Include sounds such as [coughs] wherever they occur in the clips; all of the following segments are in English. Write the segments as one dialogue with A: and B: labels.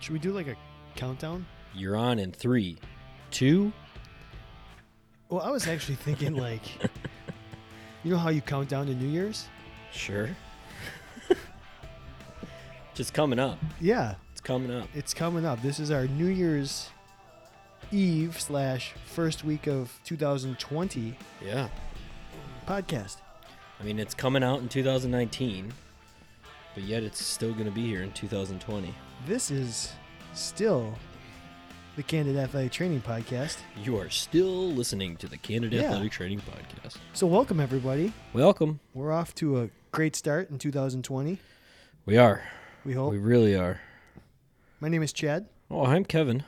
A: Should we do like a countdown?
B: You're on in three, two.
A: Well, I was actually thinking [laughs] like, you know how you count down to New Year's?
B: Sure. [laughs] Just coming up.
A: Yeah,
B: It's coming up.
A: it's coming up. This is our New Year's Eve slash first week of 2020
B: Yeah.
A: podcast.
B: I mean, it's coming out in 2019, but yet it's still going to be here in 2020.
A: This is still the Candid Athletic Training Podcast.
B: You are still listening to the Candid
A: Yeah.
B: Athletic Training Podcast.
A: So welcome everybody.
B: Welcome.
A: We're off to a great start in 2020.
B: We are.
A: We hope.
B: We really are.
A: My name is Chad.
B: Oh, I'm Kevin.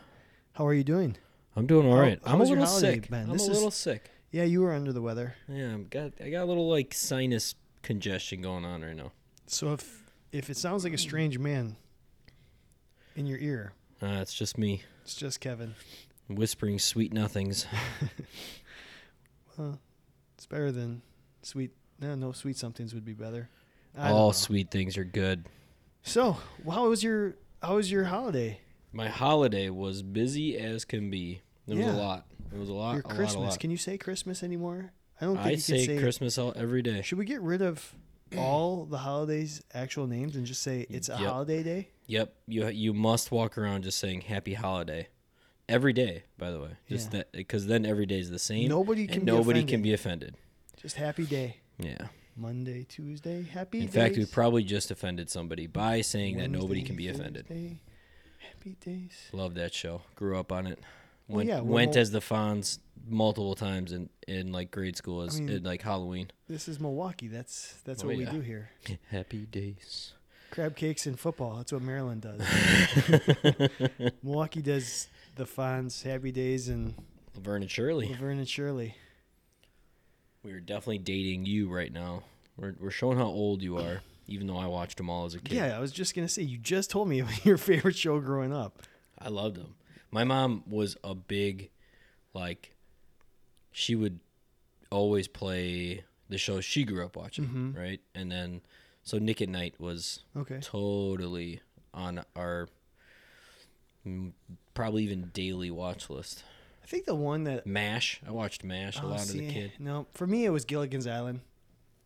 A: How are you doing?
B: I'm doing all
A: How-
B: right.
A: how
B: I'm a
A: was your
B: little
A: holiday
B: sick.
A: been?
B: I'm
A: This
B: a
A: is-
B: little sick.
A: Yeah, you were under the weather.
B: Yeah, I've got I got a little like sinus congestion going on right now.
A: So if if it sounds like a strange man in your ear,
B: Uh, it's just me
A: it's just Kevin.
B: whispering sweet nothings.
A: It's better than sweet. No, no, sweet somethings would be better. I don't know.
B: All sweet things are good.
A: So, well, how was your how was your holiday?
B: My holiday was busy as can be. It
A: Yeah.
B: was a lot. It was a lot.
A: your
B: a lot, a
A: Christmas?
B: lot.
A: Can you say Christmas anymore? I don't think
B: I
A: you
B: say,
A: can say.
B: Christmas all, every day.
A: Should we get rid of all the holidays' actual names and just say it's a
B: Yep.
A: holiday day?
B: Yep. You you must walk around just saying happy holiday. Every day, by the way. Just
A: Yeah.
B: that because then every day is the same.
A: Nobody
B: and
A: can be
B: nobody
A: offended.
B: can be offended.
A: Just happy day.
B: Yeah.
A: Monday, Tuesday, happy.
B: In fact, we
A: days.
B: probably just offended somebody by saying that nobody
A: Wednesday,
B: can be offended.
A: Thursday, happy days.
B: Love that show. Grew up on it.
A: Well,
B: Went
A: yeah, we're
B: went
A: mo-
B: as the Fonz multiple times in, in like grade school as
A: I mean-
B: in like Halloween.
A: This is Milwaukee. That's that's
B: Oh,
A: what
B: yeah.
A: we do here.
B: Happy days.
A: Crab cakes and football. That's what Maryland
B: [laughs]
A: does. Milwaukee does the Fonz, Happy Days, and
B: Laverne and Shirley.
A: Laverne and Shirley.
B: We are definitely dating you right now. We're, we're showing how old you are, even though I watched them all as a kid.
A: Yeah, I was just gonna say you just told me about [laughs] your favorite show growing up.
B: I loved them. My mom was a big, like, she would always play the show she grew up watching, right? And then, so Nick at Night was
A: Mm-hmm. Okay.
B: totally on our mm, probably even daily watch list.
A: I think the one that
B: MASH. I watched MASH a
A: oh,
B: lot
A: see,
B: as a kid.
A: No, for me it was Gilligan's Island.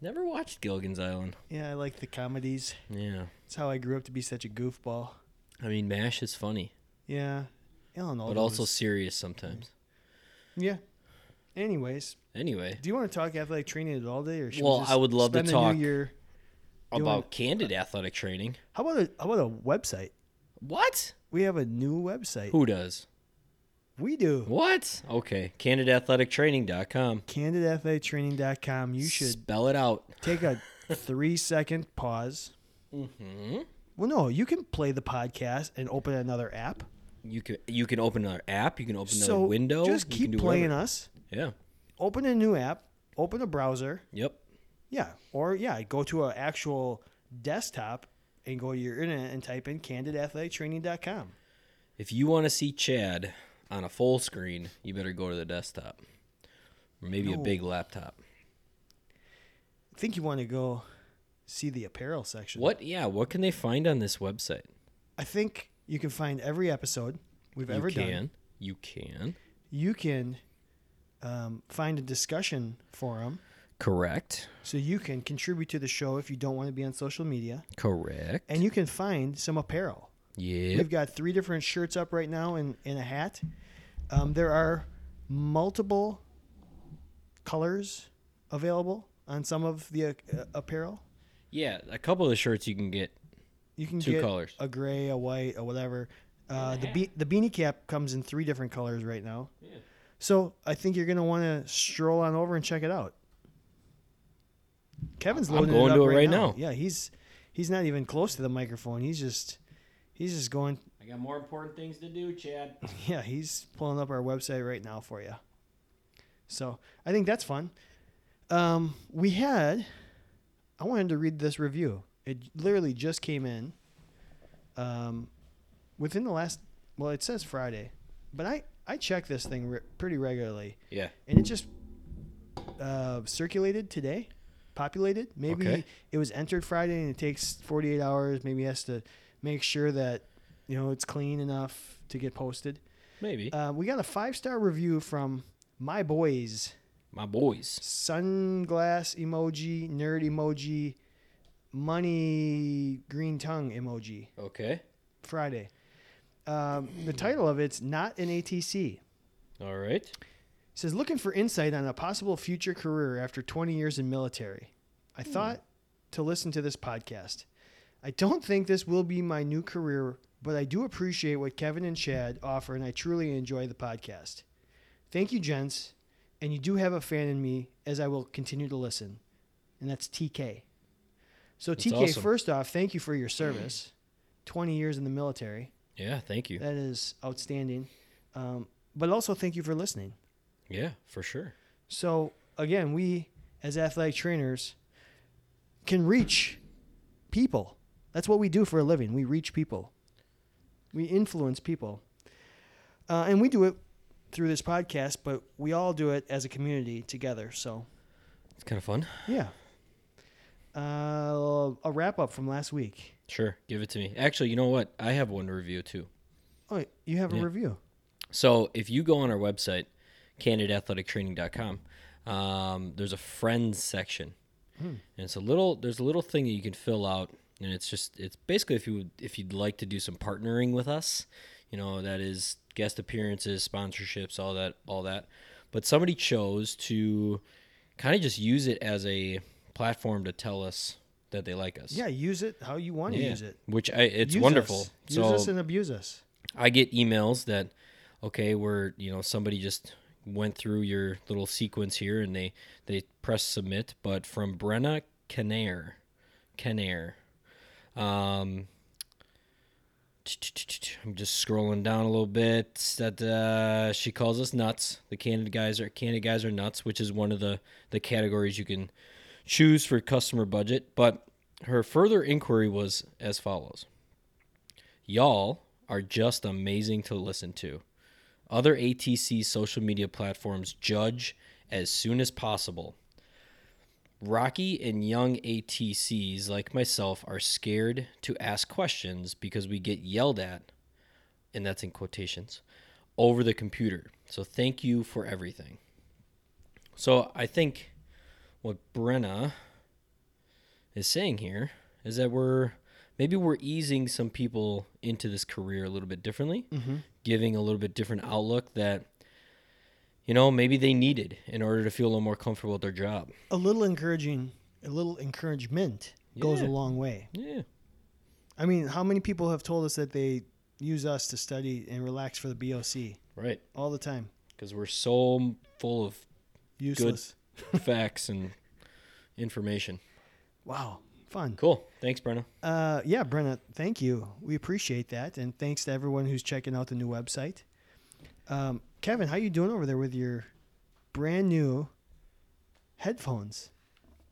B: Never watched Gilligan's Island.
A: Yeah, I like the comedies.
B: Yeah.
A: It's how I grew up to be such a goofball.
B: I mean, MASH is funny,
A: Yeah, Ellen Alda.
B: but also
A: was-
B: serious sometimes.
A: yeah. Anyways,
B: Anyway,
A: do you want to talk athletic training at all day, or should
B: Well,
A: we just
B: I would love to
A: spend the
B: talk.
A: New year? you
B: about candid athletic training.
A: How about a how about a website?
B: What?
A: We have a new website.
B: Who does?
A: We do.
B: What? Okay. CandidAthleticTraining.com.
A: CandidAthleteTraining.com. You
B: [laughs]
A: should
B: spell it out.
A: take a three second pause.
B: Mm-hmm.
A: Well, no, you can play the podcast and open another app.
B: You can you can open another app. You can open another
A: so
B: window.
A: just
B: you can
A: keep
B: do
A: playing
B: whatever.
A: us.
B: Yeah.
A: Open a new app. Open a browser.
B: Yep.
A: Yeah, or yeah, go to an actual desktop and go to your internet and type in candidathletictraining.com.
B: If you want to see Chad on a full screen, you better go to the desktop, or maybe a
A: No.
B: big laptop.
A: I think you want to go see the apparel section.
B: What? Yeah. What can they find on this website?
A: I think you can find every episode we've
B: You
A: ever
B: can.
A: done.
B: You can.
A: You can um, find a discussion forum
B: Correct.
A: so you can contribute to the show if you don't want to be on social media,
B: Correct.
A: and you can find some apparel.
B: yep.
A: We've got three different shirts up right now and, and a hat. Um, there are multiple colors available on some of the uh, apparel.
B: Yeah. A couple of the shirts you can get.
A: You can
B: Two
A: get
B: colors.
A: a gray, a white, or whatever. Uh, the be- the beanie cap comes in three different colors right now. So I think you're gonna want to stroll on over and check it out. Kevin's
B: I'm
A: loading
B: going
A: it up
B: to it
A: right,
B: right
A: now.
B: now.
A: Yeah, he's he's not even close to the microphone. He's just he's just going
B: I got more important things to do, Chad.
A: Yeah, he's pulling up our website right now for you. So I think that's fun. Um, we had, I wanted to read this review. It literally just came in um, within the last, well, it says Friday, but I, I check this thing re- pretty regularly
B: Yeah.
A: and it just uh, circulated today, populated. Maybe
B: Okay.
A: it was entered Friday and it takes 48 hours. Maybe it has to make sure that you know it's clean enough to get posted.
B: Maybe.
A: Uh, we got a five star review from my boys.
B: My boys.
A: Sunglass emoji, nerd emoji, money green tongue emoji.
B: Okay.
A: Friday. Um, the title of it's not an ATC. It
B: All right.
A: says looking for insight on a possible future career after 20 years in military. I
B: Hmm.
A: thought to listen to this podcast. I don't think this will be my new career, but I do appreciate what Kevin and Chad offer, and I truly enjoy the podcast. Thank you, gents, and you do have a fan in me as I will continue to listen, and that's TK. So
B: That's
A: TK,
B: awesome. Hmm.
A: first off, thank you for your service. 20 years in the military.
B: Yeah. Thank you.
A: That is outstanding. Um, but also, thank you for listening.
B: Yeah, for sure.
A: So, again, we as athletic trainers can reach people. That's what we do for a living. We reach people, we influence people. Uh, and we do it through this podcast, but we all do it as a community together. So,
B: It's kind of fun.
A: yeah. Uh, a wrap up from last week.
B: Sure. Give it to me. Actually, you know what? I have one to review too.
A: Oh, you have a
B: Yeah.
A: review.
B: So if you go on our website, candidathletictraining.com, um, there's a friends section,
A: Hmm.
B: and it's a little there's a little thing that you can fill out, and it's just it's basically if you would, if you'd like to do some partnering with us, you know that is guest appearances, sponsorships, all that all that, but somebody chose to kind of just use it as a platform to tell us that they like us.
A: Yeah, use it how you want to
B: Yeah.
A: use it.
B: Which I, it's
A: Use
B: wonderful.
A: us. Use
B: So
A: us and abuse us.
B: I get emails that, okay, we're you know somebody just went through your little sequence here and they they press submit, but from Brenna Canair, Canair, um, I'm just scrolling down a little bit. That uh, she calls us nuts. The candid guys are candid guys are nuts, which is one of the the categories you can choose for customer budget. But her further inquiry was as follows. Y'all are just amazing to listen to. Other ATC social media platforms judge as soon as possible. Rocky and young ATCs like myself are scared to ask questions because we get yelled at, and that's in quotations, over the computer. So thank you for everything. So I think what Brenna is saying here is that we're maybe we're easing some people into this career a little bit differently, giving a little bit different outlook that you know maybe they needed in order to feel a little more comfortable at their job.
A: a little encouraging, a little encouragement goes a
B: Yeah.
A: long way.
B: Yeah,
A: I mean, how many people have told us that they use us to study and relax for the BOC
B: right.
A: all the time?
B: Because we're so full of [laughs]
A: Useless.
B: facts and information.
A: Wow, fun.
B: Cool. Thanks, Brenna.
A: Uh, yeah, Brenna, thank you. We appreciate that, and thanks to everyone who's checking out the new website. Um, Kevin, how you doing over there with your brand new headphones?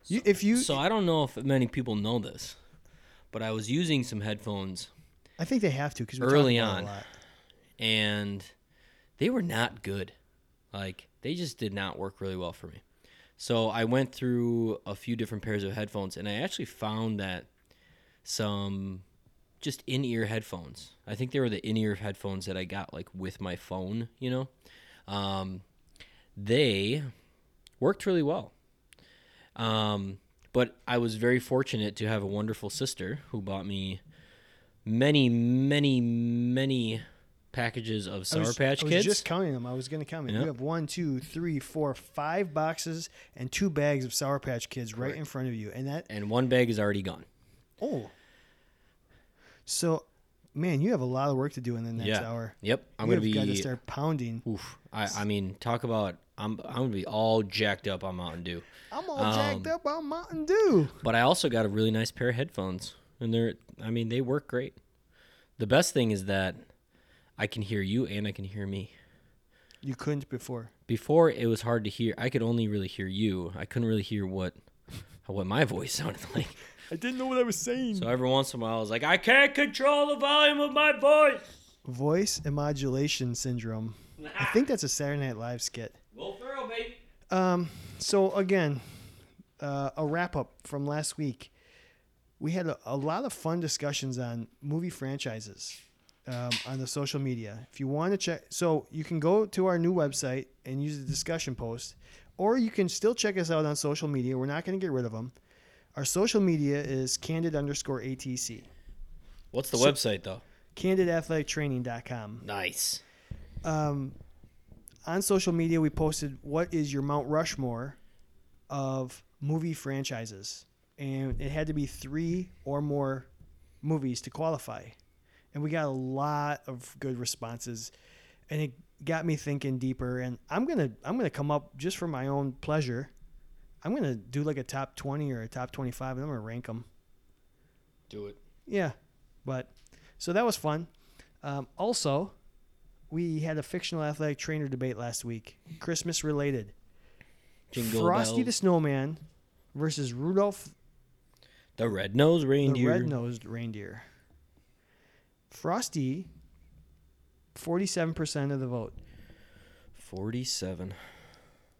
A: You, if you,
B: So I don't know if many people know this, but I was using some headphones
A: I think they have to because
B: Early on.
A: a lot.
B: and they were not good. Like they just did not work really well for me. So I went through a few different pairs of headphones and I actually found that some just in-ear headphones. I think they were the in-ear headphones that I got like with my phone, you know. Um they worked really well. Um but I was very fortunate to have a wonderful sister who bought me many, many, many packages of
A: I
B: Sour
A: was-
B: Patch
A: I
B: Kids.
A: was just counting them. I was going to count them.
B: Yeah.
A: You have one, two, three, four, five boxes and two bags of Sour Patch Kids right in front of you. And that,
B: and one bag is already gone.
A: oh. So, man, you have a lot of work to do in the next
B: yeah.
A: hour.
B: Yep. I'm
A: you
B: gonna be.
A: got to start pounding.
B: Oof. I, I mean, talk about. I'm I'm gonna be all jacked up on Mountain Dew.
A: I'm all jacked
B: Um,
A: up on Mountain Dew.
B: But I also got a really nice pair of headphones, and they're. I mean, they work great. The best thing is that I can hear you and I can hear me.
A: You couldn't before.
B: Before it was hard to hear. I could only really hear you. I couldn't really hear what what my voice [laughs] sounded like.
A: I didn't know what I was saying.
B: So every once in a while, I was like, I can't control the volume of my voice.
A: Voice immodulation syndrome. I think that's a Saturday Night Live skit.
B: Will Ferrell, baby.
A: Um, so again, uh, a wrap up from last week. We had a, a lot of fun discussions on movie franchises. um, on the social media. If you want to check, so you can go to our new website and use the discussion post, or you can still check us out on social media. We're not going to get rid of them. Our social media is candid underscore ATC,
B: What's the
A: So-
B: website though?
A: candidathletictraining.com.
B: Nice.
A: um, on social media we posted what is your Mount Rushmore of movie franchises, and it had to be three or more movies to qualify, and we got a lot of good responses, and it got me thinking deeper. And I'm gonna I'm gonna come up just for my own pleasure. I'm gonna do like a top twenty or a top twenty five, and I'm gonna rank them.
B: Do it.
A: Yeah, but so that was fun. Um, also, we had a fictional athletic trainer debate last week, Christmas related.
B: Jingle
A: Frosty
B: bells.
A: the Snowman versus Rudolph
B: The red nosed
A: the
B: reindeer.
A: Red-Nosed Reindeer. Frosty, forty-seven percent of the vote.
B: Forty-seven.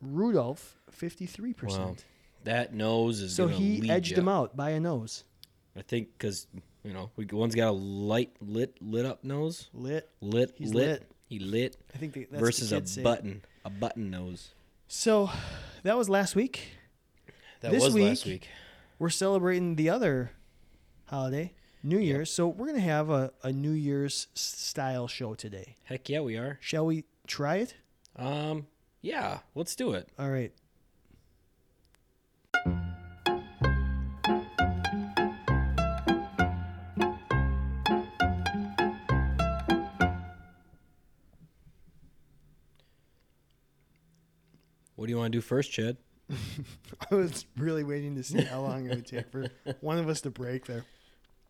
A: Rudolph, fifty-three percent.
B: That nose is
A: So
B: gonna
A: he
B: lead
A: edged
B: ya.
A: him out by a nose.
B: I think because you know we, one's got a light lit lit up nose.
A: Lit.
B: Lit
A: He's
B: lit.
A: lit.
B: He lit
A: I think that- that's
B: versus
A: what the
B: a
A: kids say.
B: button a button nose.
A: So that was last week.
B: That
A: This
B: was last
A: week-
B: week.
A: we're celebrating the other holiday, New Year's. So we're gonna have a, a New Year's s- style show today.
B: Heck yeah, we are.
A: Shall we try it?
B: Um, yeah, let's do it.
A: All right.
B: What do you want to do first, Chad?
A: [laughs] I was really waiting to see how long it would take [laughs] for one of us to break there.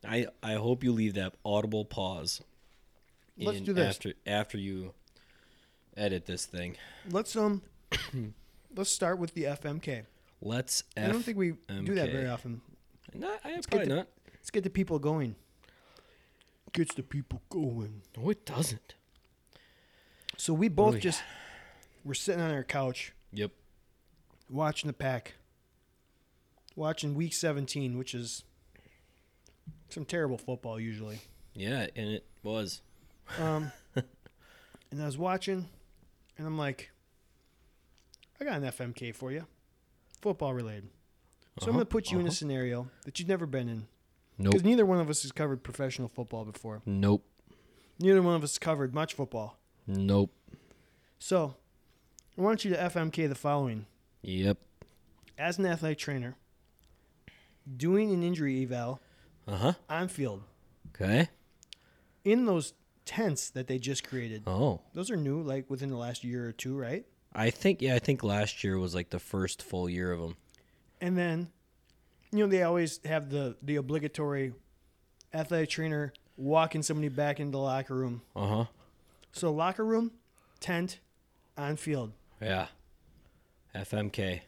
B: I I hope you leave that audible pause.
A: Let's do this.
B: after after you edit this thing.
A: Let's um, [coughs] let's start with the FMK.
B: Let's.
A: I I don't think we do that
B: FMK.
A: very often.
B: No, I,
A: get
B: probably
A: the-
B: not.
A: Let's get the people going. Gets the people going.
B: No, it doesn't.
A: So we
B: do
A: both
B: we
A: just we're sitting on our couch
B: Yep.
A: watching the pack, watching week 17, which is some terrible football usually.
B: Yeah, and it was. [laughs]
A: Um, and I was watching, and I'm like, I got an FMK for you, football related. So I'm
B: Uh-huh,
A: going to put you in a
B: uh-huh.
A: scenario that you've never been in because
B: Nope.
A: neither one of us has covered professional football before.
B: Nope.
A: Neither one of us covered much football.
B: Nope.
A: So I want you to FMK the following.
B: Yep.
A: As an athletic trainer, doing an injury eval
B: Uh huh.
A: on field,
B: Okay.
A: in those tents that they just created.
B: Oh,
A: Those are new, like within the last year or two, right?
B: I think yeah, I think last year was like the first full year of them.
A: And then, you know, they always have the the obligatory athletic trainer walking somebody back into the locker room.
B: Uh huh.
A: So locker room, tent, on field.
B: Yeah. FMK.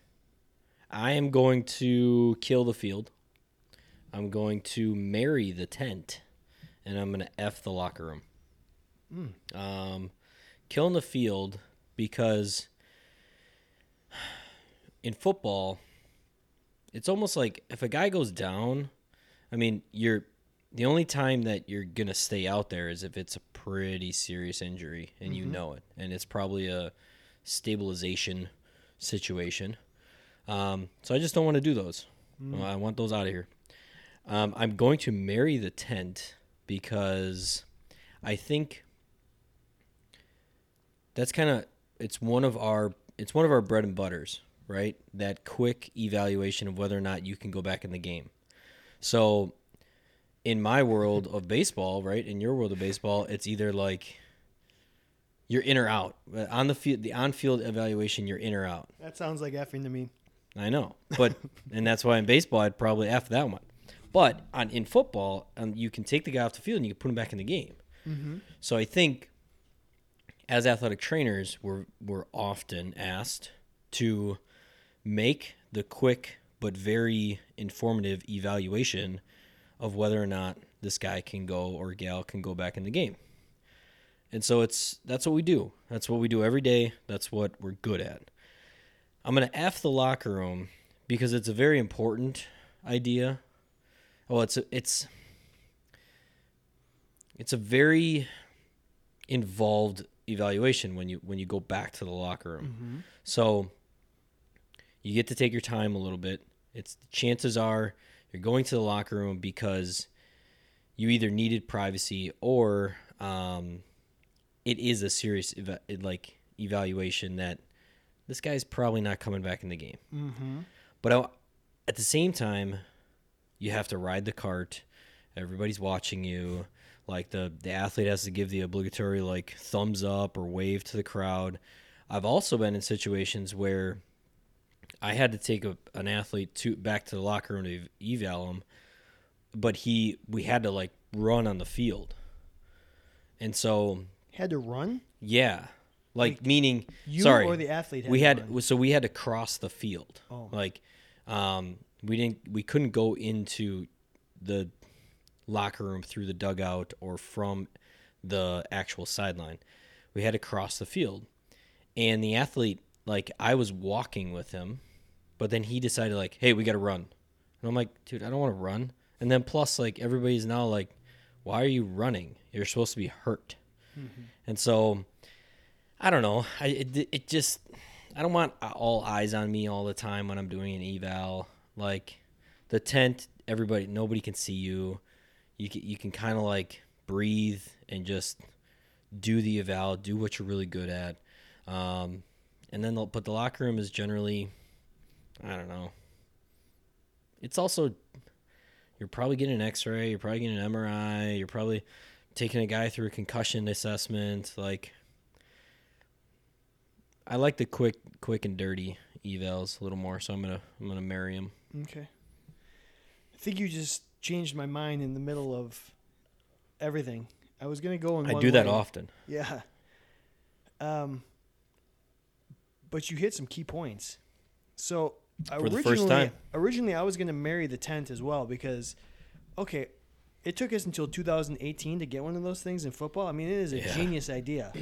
B: I am going to kill the field. I'm going to marry the tent, and I'm going to f the locker room. Um, killing the field because [sighs] in football, it's almost like if a guy goes down, I mean, you're the only time that you're gonna stay out there is if it's a pretty serious injury and you know it, and it's probably a stabilization situation. Um, so I just don't want to do those. I want those out of here. Um, I'm going to marry the tent because I think that's kind of it's one of our it's one of our bread and butters, right? That quick evaluation of whether or not you can go back in the game. So in my world of baseball, right? In your world of baseball, it's either like you're in or out. Uh, On the field, the on-field evaluation, you're in or out.
A: That sounds like effing to me.
B: I know, but and that's why in baseball I'd probably f that one. But on in football, um, you can take the guy off the field and you can put him back in the game. So I think as athletic trainers, we're we're often asked to make the quick but very informative evaluation of whether or not this guy can go or gal can go back in the game. And so it's that's what we do. That's what we do every day. That's what we're good at. I'm gonna f the locker room because it's a very important idea. Well, it's a, it's it's a very involved evaluation when you when you go back to the locker room. So you get to take your time a little bit. It's chances are you're going to the locker room because you either needed privacy or um, it is a serious eva- like evaluation that this guy's probably not coming back in the game.
A: Mm-hmm.
B: But I, at the same time, you have to ride the cart. Everybody's watching you. Like the the athlete has to give the obligatory like thumbs up or wave to the crowd. I've also been in situations where I had to take a, an athlete to back to the locker room to ev- eval him, but he we had to like run on the field, and so
A: Had to run.
B: yeah, like, meaning
A: you
B: sorry
A: or the athlete had
B: we
A: to
B: had
A: run?
B: so we had to cross the field
A: Oh.
B: like um we didn't we couldn't go into the locker room through the dugout or from the actual sideline we had to cross the field and the athlete like I was walking with him but then he decided like hey we got to run and I'm like dude I don't want to run and then plus like everybody's now like why are you running you're supposed to be hurt and so I don't know. I it, it just I don't want uh, all eyes on me all the time when I'm doing an eval. Like the tent, everybody, nobody can see you. You can, you can kind of like breathe and just do the eval, do what you're really good at. Um, and then, the- but the locker room is generally, I don't know. It's also you're probably getting an X-ray, you're probably getting an MRI, you're probably taking a guy through a concussion assessment, like. I like the quick, quick and dirty evals a little more, so I'm gonna, I'm gonna marry him.
A: Okay. I think you just changed my mind in the middle of everything. I was gonna go in.
B: I
A: one
B: do that
A: way.
B: often.
A: Yeah. Um. But you hit some key points. So
B: the
A: originally,
B: first time.
A: originally I was gonna marry the tent as well because, okay, it took us until 2018 to get one of those things in football. I mean, it is a
B: Yeah.
A: genius
B: [clears throat]
A: idea.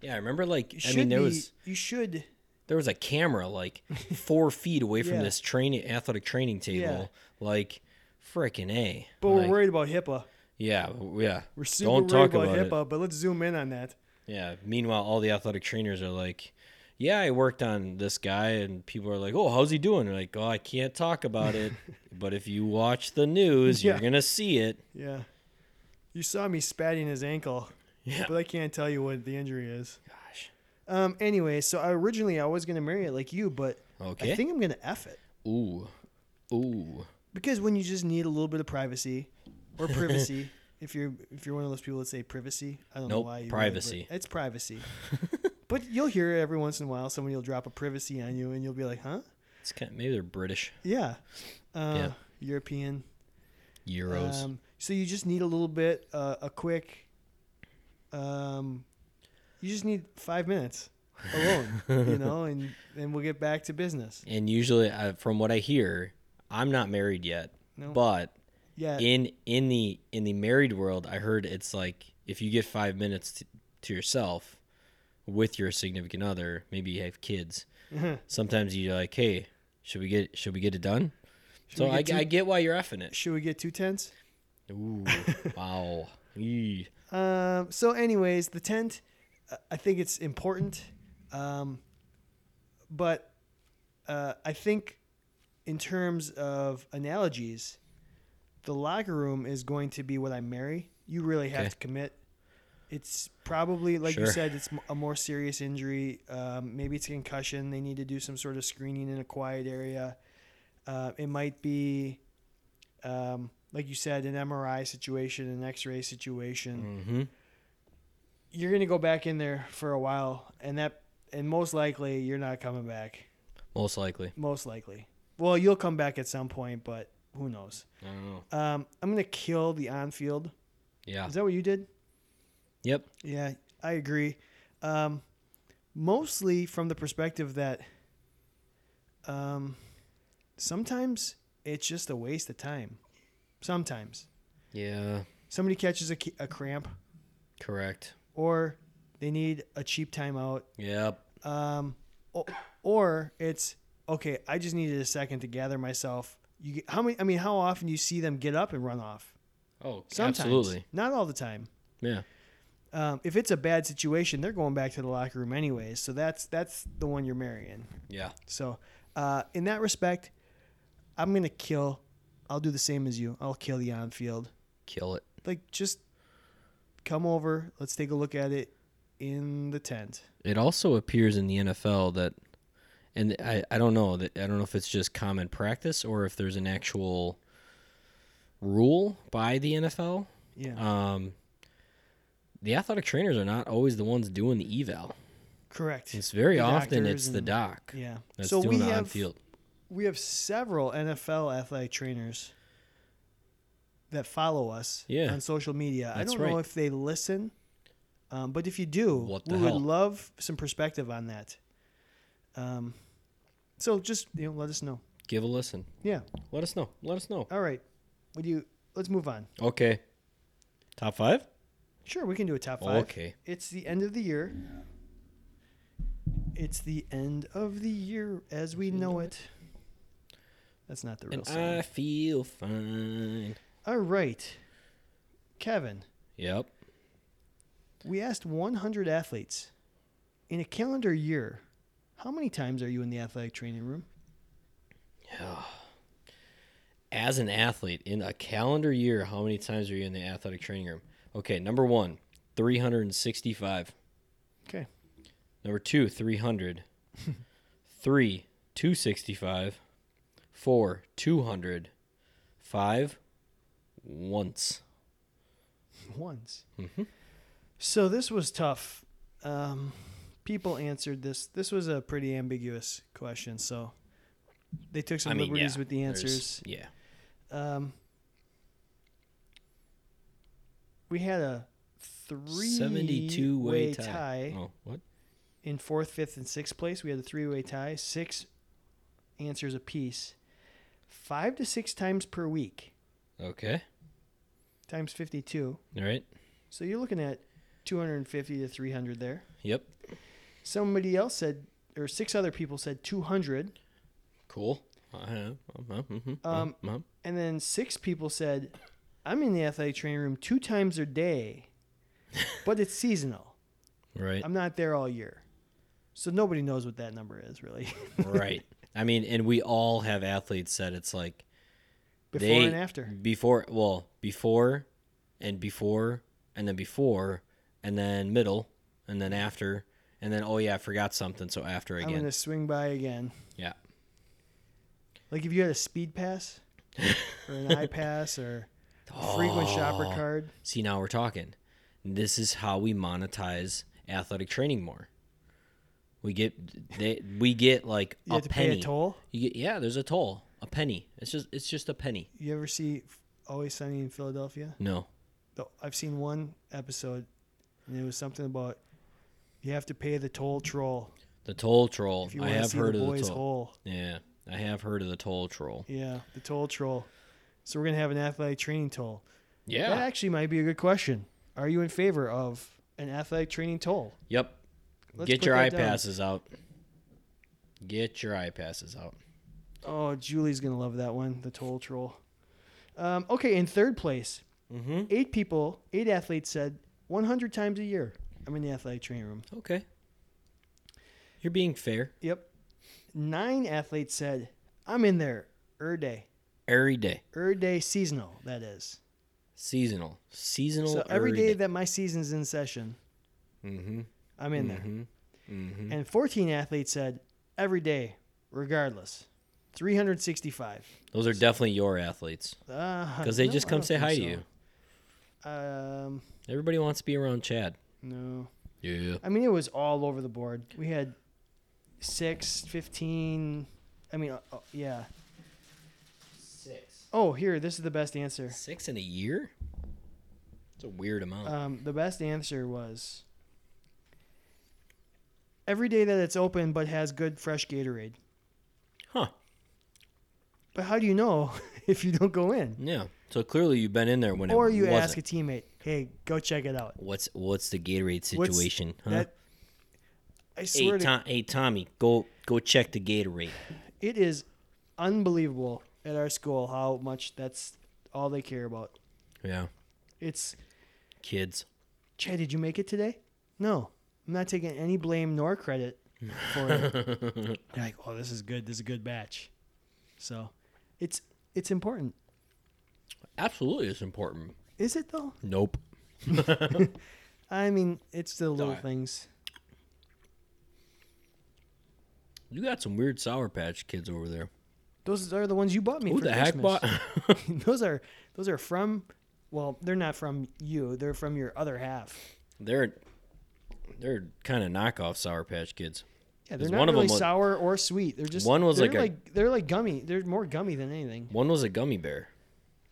B: Yeah, I remember like,
A: You
B: I
A: should
B: mean, there
A: be,
B: was
A: you should
B: there was a camera
A: [laughs]
B: like four feet away from
A: Yeah.
B: this training athletic training table, like frickin' a.
A: But
B: Like,
A: we're worried about HIPAA.
B: yeah, yeah.
A: We're super worried
B: Don't talk
A: about,
B: about it.
A: HIPAA, but let's zoom in on that.
B: Yeah. Meanwhile, all the athletic trainers are like, "Yeah, I worked on this guy," and people are like, "Oh, how's he doing?" They're like, "Oh, I can't talk
A: [laughs]
B: about it, but if you watch the news,
A: Yeah.
B: you're gonna see it."
A: Yeah. You saw me spatting his ankle,
B: Yeah.
A: but I can't tell you what the injury is.
B: Gosh.
A: Um. Anyway, so I originally I was gonna marry it like you, but I
B: Okay.
A: think I'm gonna f it
B: Ooh. Ooh.
A: because when you just need a little bit of privacy, or privacy, [laughs] if you're if you're one of those people that say privacy, I don't
B: Nope,
A: know why. You would,
B: privacy.
A: but it's [laughs] privacy. but you'll hear every once in a while someone will drop a privacy on you, and you'll be like, huh?
B: It's kind maybe they're British
A: Yeah. Uh,
B: Yeah.
A: European.
B: Euros.
A: Um, so you just need a little bit, uh, a quick. Um, you just need five minutes alone, [laughs] you know, and then we'll get back to business.
B: and usually, I, from what I hear, I'm not married yet,
A: No. Uh,
B: but
A: Yeah,
B: in in the in the married world, I heard it's like if you get five minutes to, to yourself with your significant other, maybe you
A: [laughs]
B: have kids. Sometimes you're like, hey, should we get should we get it done? so
A: we
B: I,
A: get two-
B: I get why you're effing
A: [laughs]
B: it.
A: should we get two tents?
B: Ooh, wow. Eee.
A: Um, so, anyways, the tent, uh, I think it's important, um, but uh, I think in terms of analogies, the locker room is going to be what I marry. You really have
B: Okay.
A: to commit. It's probably like you
B: Sure.
A: said, it's m- a more serious injury. Um, maybe it's a concussion. They need to do some sort of screening in a quiet area. Uh, it might be, um, like you said, an MRI situation, an X-ray situation
B: Mhm.
A: you're gonna go back in there for a while, and that and most likely you're not coming back.
B: Most likely.
A: Most likely, well, you'll come back at some point, but who knows?
B: I don't know.
A: Um, I'm gonna kill the on-field.
B: Yeah.
A: Is that what you did?
B: Yep.
A: Yeah, I agree. Um, mostly from the perspective that um, sometimes it's just a waste of time. Sometimes
B: Yeah.
A: somebody catches a, ki- a cramp,
B: Correct.
A: or they need a cheap timeout.
B: Yep.
A: um, or, or it's okay. I just needed a second to gather myself. You get, how many? I mean, how often do you see them get up and run off?
B: Oh,
A: Sometimes,
B: absolutely.
A: not all the time.
B: Yeah.
A: um, if it's a bad situation, they're going back to the locker room anyways. So that's that's the one you're marrying.
B: Yeah.
A: So uh, in that respect, I'm gonna kill. I'll do the same as you. I'll kill the on field.
B: Kill it.
A: Like just come over. Let's take a look at it in the tent.
B: It also appears in the NFL that, and I, I don't know that I don't know if it's just common practice or if there's an actual rule by the NFL.
A: Yeah.
B: Um, the athletic trainers are not always the ones doing the eval.
A: Correct.
B: It's very
A: The
B: often
A: doctors
B: it's the
A: and-
B: doc
A: Yeah.
B: that's
A: so
B: doing
A: we
B: the on
A: have
B: field.
A: we have several NFL athletic trainers that follow us
B: Yeah.
A: on social media. I
B: That's
A: don't know
B: right.
A: if they listen, um, but if you do,
B: What
A: we
B: the hell?
A: would love some perspective on that. Um, so just you know, let us know.
B: Give a listen.
A: Yeah.
B: Let us know. Let us know.
A: All right. Would you? Let's move on.
B: Okay. Top five?
A: Sure, we can do a top five.
B: Okay.
A: It's the end of the year. It's the end of the year as we know it. That's not the real
B: And
A: song.
B: I feel fine.
A: All right. Kevin,
B: Yep.
A: we asked 100 athletes in a calendar year, how many times are you in the athletic training room?
B: As an athlete in a calendar year, how many times are you in the athletic training room? Okay, number one, 365.
A: Okay.
B: Number two, 300. Three, 265. Four, 200. Five, once.
A: Once.
B: Mhm.
A: So this was tough. Um, people answered this. This was a pretty ambiguous question. So they took some liberties
B: yeah,
A: with the
B: there's-
A: answers.
B: Yeah.
A: Um, we had a three
B: 72 way tie.
A: tie.
B: Oh, what?
A: in fourth, fifth, and sixth place. We had a three way tie, six answers apiece, five to six times per week,
B: Okay.
A: times 52.
B: All right.
A: So you're looking at 250 to 300 there.
B: Yep.
A: Somebody else said, or six other people said 200,
B: Cool. Uh, uh, mhm, uh,
A: Um,
B: uh.
A: and then six people said, I'm in the athletic training room two times a day, but it's seasonal.
B: Right.
A: I'm not there all year. So nobody knows what that number is really. [laughs]
B: right. I mean, and we all have athletes that it's like
A: Before
B: they-
A: and
B: [laughs]
A: after.
B: before, well, before and before and then before and then middle and then after and then oh yeah, I forgot something, so after
A: I'm going
B: again.
A: to swing by again.
B: Yeah.
A: Like if you had a speed pass or
B: [laughs]
A: an eye pass or a frequent shopper
B: Oh.
A: card.
B: See, now we're talking. This is how we monetize athletic training more. We get they we get like
A: You
B: a
A: have to
B: penny.
A: pay a toll.
B: You get yeah, there's a toll, a penny. It's just it's just a penny.
A: You ever see F- Always Sunny in Philadelphia?
B: No.
A: No, I've seen one episode and it was something about you have to pay the toll troll
B: The toll troll.
A: if you
B: I
A: want to
B: have
A: see
B: heard
A: the
B: of the
A: boys
B: toll.
A: hole.
B: Yeah, I have heard of the toll troll.
A: Yeah, the toll troll. So we're gonna have an athletic training toll.
B: Yeah.
A: That actually might be a good question. Are you in favor of an athletic training toll?
B: Yep.
A: Let's
B: Get
A: put
B: your
A: that
B: eye
A: down.
B: passes out. Get your eye passes out.
A: Oh, Julie's gonna love that one, the toll troll. Um, okay, in third place,
B: Mm-hmm.
A: eight people, eight athletes said 100 times a year. I'm in the athletic training room.
B: Okay. You're being fair
A: Yep. Nine athletes said, I'm in there er day,
B: every day,
A: er day seasonal, that is.
B: seasonal, seasonal.
A: So every day that my season's in session,
B: Oh, er Mm-hmm.
A: I'm in there.
B: Mm-hmm. Mm-hmm.
A: And 14 athletes said, every day, regardless. 365.
B: Those are definitely your athletes
A: Uh,
B: because they just come say hi to you.
A: you. Um,
B: Everybody wants to be around Chad.
A: no.
B: Yeah.
A: I mean, it was all over the board. We had six, 15. I mean, uh, uh, yeah.
B: Six.
A: Oh, here, this is the best answer.
B: Six in a year. It's a weird amount.
A: Um, the best answer was every day that it's open but has good fresh Gatorade.
B: huh.
A: But how do you know [laughs] if you don't go in?
B: Yeah. So clearly you've been in there when
A: Or
B: it
A: you
B: wasn't.
A: ask a teammate, hey, go check it out.
B: What's what's the Gatorade
A: What's
B: situation? huh?
A: That, I
B: hey,
A: swear to
B: Tom, hey Tommy, go go check the Gatorade.
A: it is unbelievable at our school how much that's all they care about.
B: Yeah,
A: It's
B: kids.
A: Chad, did you make it today? No, I'm not taking any blame nor credit for it.
B: [laughs]
A: You're like, oh, this is good. This is a good batch. So, it's it's important.
B: Absolutely, it's important.
A: Is it though?
B: Nope.
A: I mean, it's the little
B: Alright.
A: things.
B: You got some weird Sour Patch kids over there.
A: Those are the ones you bought me.
B: Who
A: for
B: the heck
A: Christmas.
B: bought?
A: [laughs]
B: [laughs]
A: those are those are from well they're not from you they're from your other half
B: they're they're kind of knockoff Sour Patch kids.
A: yeah they're
B: There's
A: not
B: one of
A: really
B: them was-
A: sour or sweet they're just
B: One was
A: they're
B: like a-
A: they're like gummy they're more gummy than anything
B: One was a gummy bear,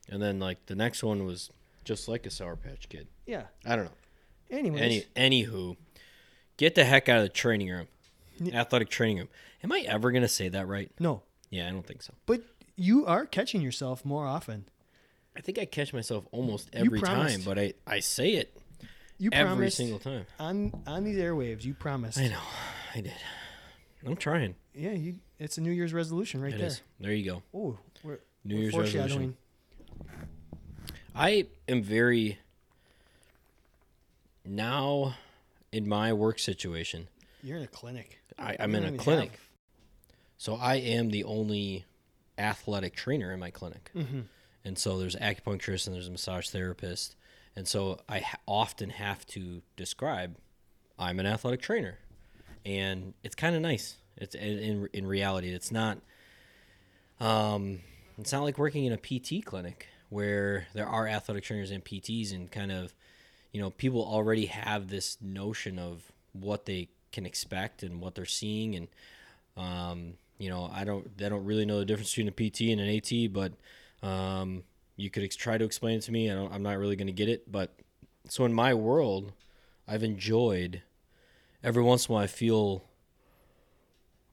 B: and then like the next one was just like a Sour Patch kid.
A: yeah
B: I don't know.
A: anyways
B: Any anywho, get the heck out of the training room, athletic training room. Am I ever gonna say that right?
A: no
B: Yeah, I don't think so.
A: but you are catching yourself more often
B: I think I catch myself almost every time,
A: promised.
B: but I I say it
A: you
B: every
A: promised
B: single time.
A: on on these airwaves you promised
B: I know, I did. I'm trying.
A: yeah you it's a new year's resolution right
B: It
A: there
B: is. There you go.
A: oh we're
B: New
A: we're
B: Year's
A: foreshadowing.
B: resolution. I am very now in my work situation.
A: you're in a clinic
B: I,
A: You
B: I'm in
A: don't
B: a
A: even
B: clinic,
A: have-
B: so I am the only athletic trainer in my clinic,
A: Mm-hmm.
B: and so there's acupuncturist and there's a massage therapist, and so I ha- often have to describe I'm an athletic trainer, and it's kind of nice. It's in- in in reality, it's not. Um, it's not like working in a PT clinic where there are athletic trainers and PTs and kind of, you know, people already have this notion of what they can expect and what they're seeing and, um, you know, I don't, they don't really know the difference between a PT and an AT, but, um, you could ex- try to explain it to me. I don't, I'm not really going to get it, but so in my world, I've enjoyed every once in a while I feel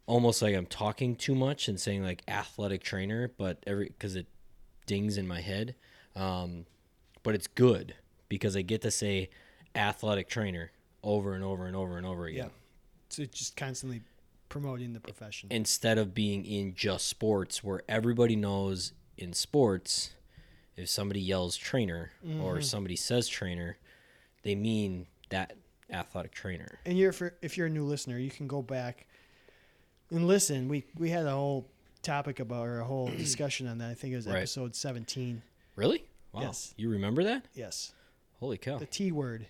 B: almost like I'm talking too much and saying like athletic trainer, but every because it dings in my head. Um, but it's good because I get to say athletic trainer over and over and over and over
A: yeah
B: again
A: so it's just constantly promoting the profession
B: instead of being in just sports where everybody knows in sports if somebody yells trainer or somebody says trainer they mean that athletic trainer
A: and you're for, if you're a new listener, you can go back and listen. We we had a whole topic about or a whole
B: [clears throat]
A: discussion on that. I think it was
B: Right.
A: episode 17.
B: really wow
A: Yes.
B: you remember that
A: Yes,
B: holy cow
A: the T word.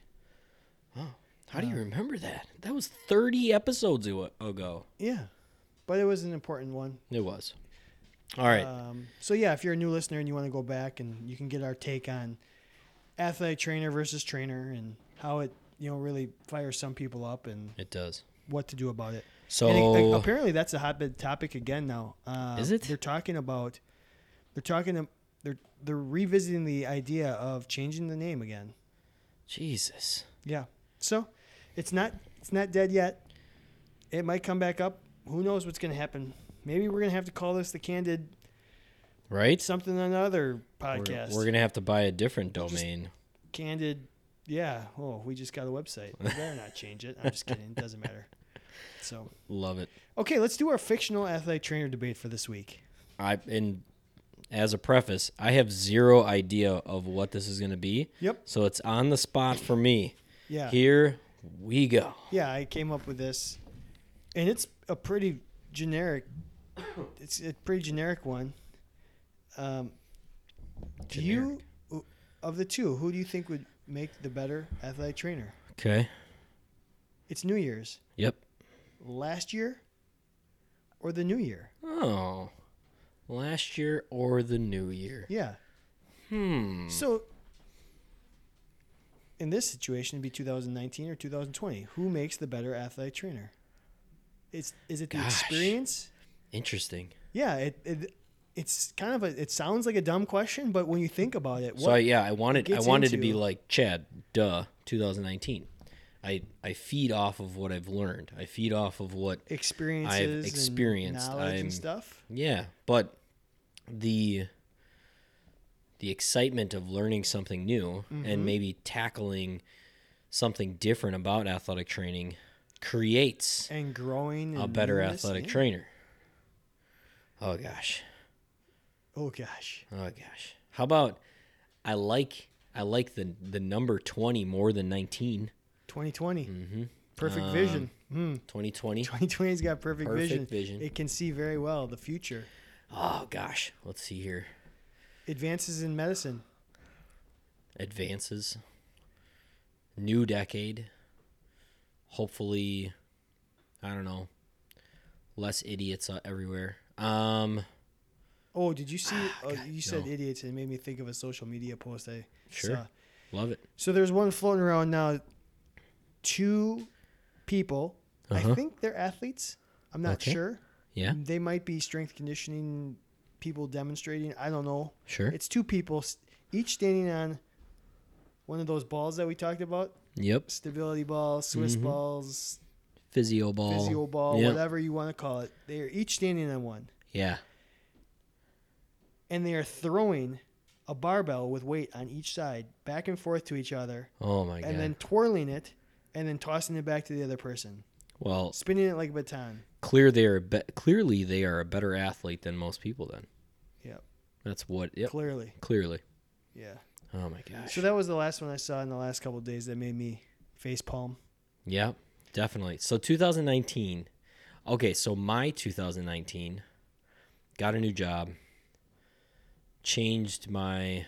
B: How do
A: Uh,
B: you remember that? That was 30 episodes a- ago.
A: Yeah, but it was an important one.
B: It was. All right.
A: Um, so yeah, if you're a new listener and you want to go back and you can get our take on athletic trainer versus trainer and how it you know really fires some people up and
B: it does.
A: what to do about it.
B: So,
A: And it- like, apparently, that's a hotbed topic again now. Uh,
B: Is it?
A: They're talking about. They're talking. They're they're revisiting the idea of changing the name again.
B: Jesus.
A: Yeah. So, it's not it's not dead yet. It might come back up. Who knows what's going to happen? Maybe we're going to have to call this the Candid
B: Right?
A: something or another
B: We're,
A: podcast.
B: going to have to buy a different domain.
A: Candid. Yeah. Oh, we just got a website. We better not change it. I'm just kidding. It doesn't matter. So,
B: Love it.
A: okay, let's do our fictional athletic trainer debate for this week.
B: I And as a preface, I have zero idea of what this is going to be.
A: Yep.
B: So it's on the spot for me.
A: Yeah.
B: Here we go.
A: Yeah, I came up with this, and it's a pretty generic. It's a pretty generic one. Um, do you, of the two, who do you think would make the better athletic trainer?
B: Okay.
A: It's New Year's
B: Yep.
A: last year, or the New Year?
B: Oh. Last year or the new year?
A: Yeah.
B: Hmm.
A: So, in this situation, it'd be 2019 or 2020. Who makes the better athletic trainer? It's is it the
B: Gosh.
A: experience?
B: Interesting.
A: Yeah, it, it it's kind of a it sounds like a dumb question, but when you think about it, what,
B: So I, yeah, I wanted I
A: gets
B: wanted to be
A: into-
B: like Chad, duh, 2019. I I feed off of what I've learned. I feed off of what
A: experiences, and
B: experienced,
A: knowledge
B: I'm-
A: and stuff.
B: yeah, but the the excitement of learning something new
A: Mm-hmm.
B: and maybe tackling something different about athletic training creates
A: And growing
B: a
A: and
B: better
A: newness,
B: athletic
A: yeah.
B: trainer. Oh gosh.
A: Oh gosh,
B: Oh gosh. How about I like I I like the the number 20 more than 19.
A: 2020.
B: Mm-hmm.
A: Perfect
B: Um,
A: vision.
B: [laughs]
A: Hmm.
B: 2020.
A: 2020's got perfect,
B: Perfect
A: vision.
B: vision.
A: It can see very well the future.
B: Oh gosh, let's see here.
A: Advances in medicine.
B: Advances. New decade. Hopefully, I don't know. Less idiots uh, everywhere. Um,
A: Oh, did you see? oh,
B: Ah, God,
A: you said
B: no.
A: idiots, and it made me think of a social media post I
B: Sure.
A: saw.
B: love it.
A: So there's one floating around now. Two people. I
B: Uh-huh.
A: think they're athletes. I'm not
B: Okay.
A: sure.
B: Yeah,
A: They might be strength conditioning people demonstrating. I don't know.
B: sure.
A: It's two people, s- each standing on one of those balls that we talked about
B: Yep.
A: stability ball, Swiss balls,
B: Physio Mm-hmm. ball.
A: physio ball,
B: Yep.
A: whatever you want to call it. They are each standing on one.
B: Yeah.
A: And they are throwing a barbell with weight on each side back and forth to each other
B: Oh my god.
A: and then twirling it and then tossing it back to the other person,
B: well,
A: spinning it like a baton.
B: clear they are be- clearly they are a better athlete than most people. Then
A: Yep.
B: that's what. Yep.
A: Clearly.
B: Clearly.
A: Yeah.
B: Oh my gosh.
A: So that was the last one I saw in the last couple of days that made me face palm.
B: Yeah, definitely. So 2019. Okay, so my 2019 got a new job, changed my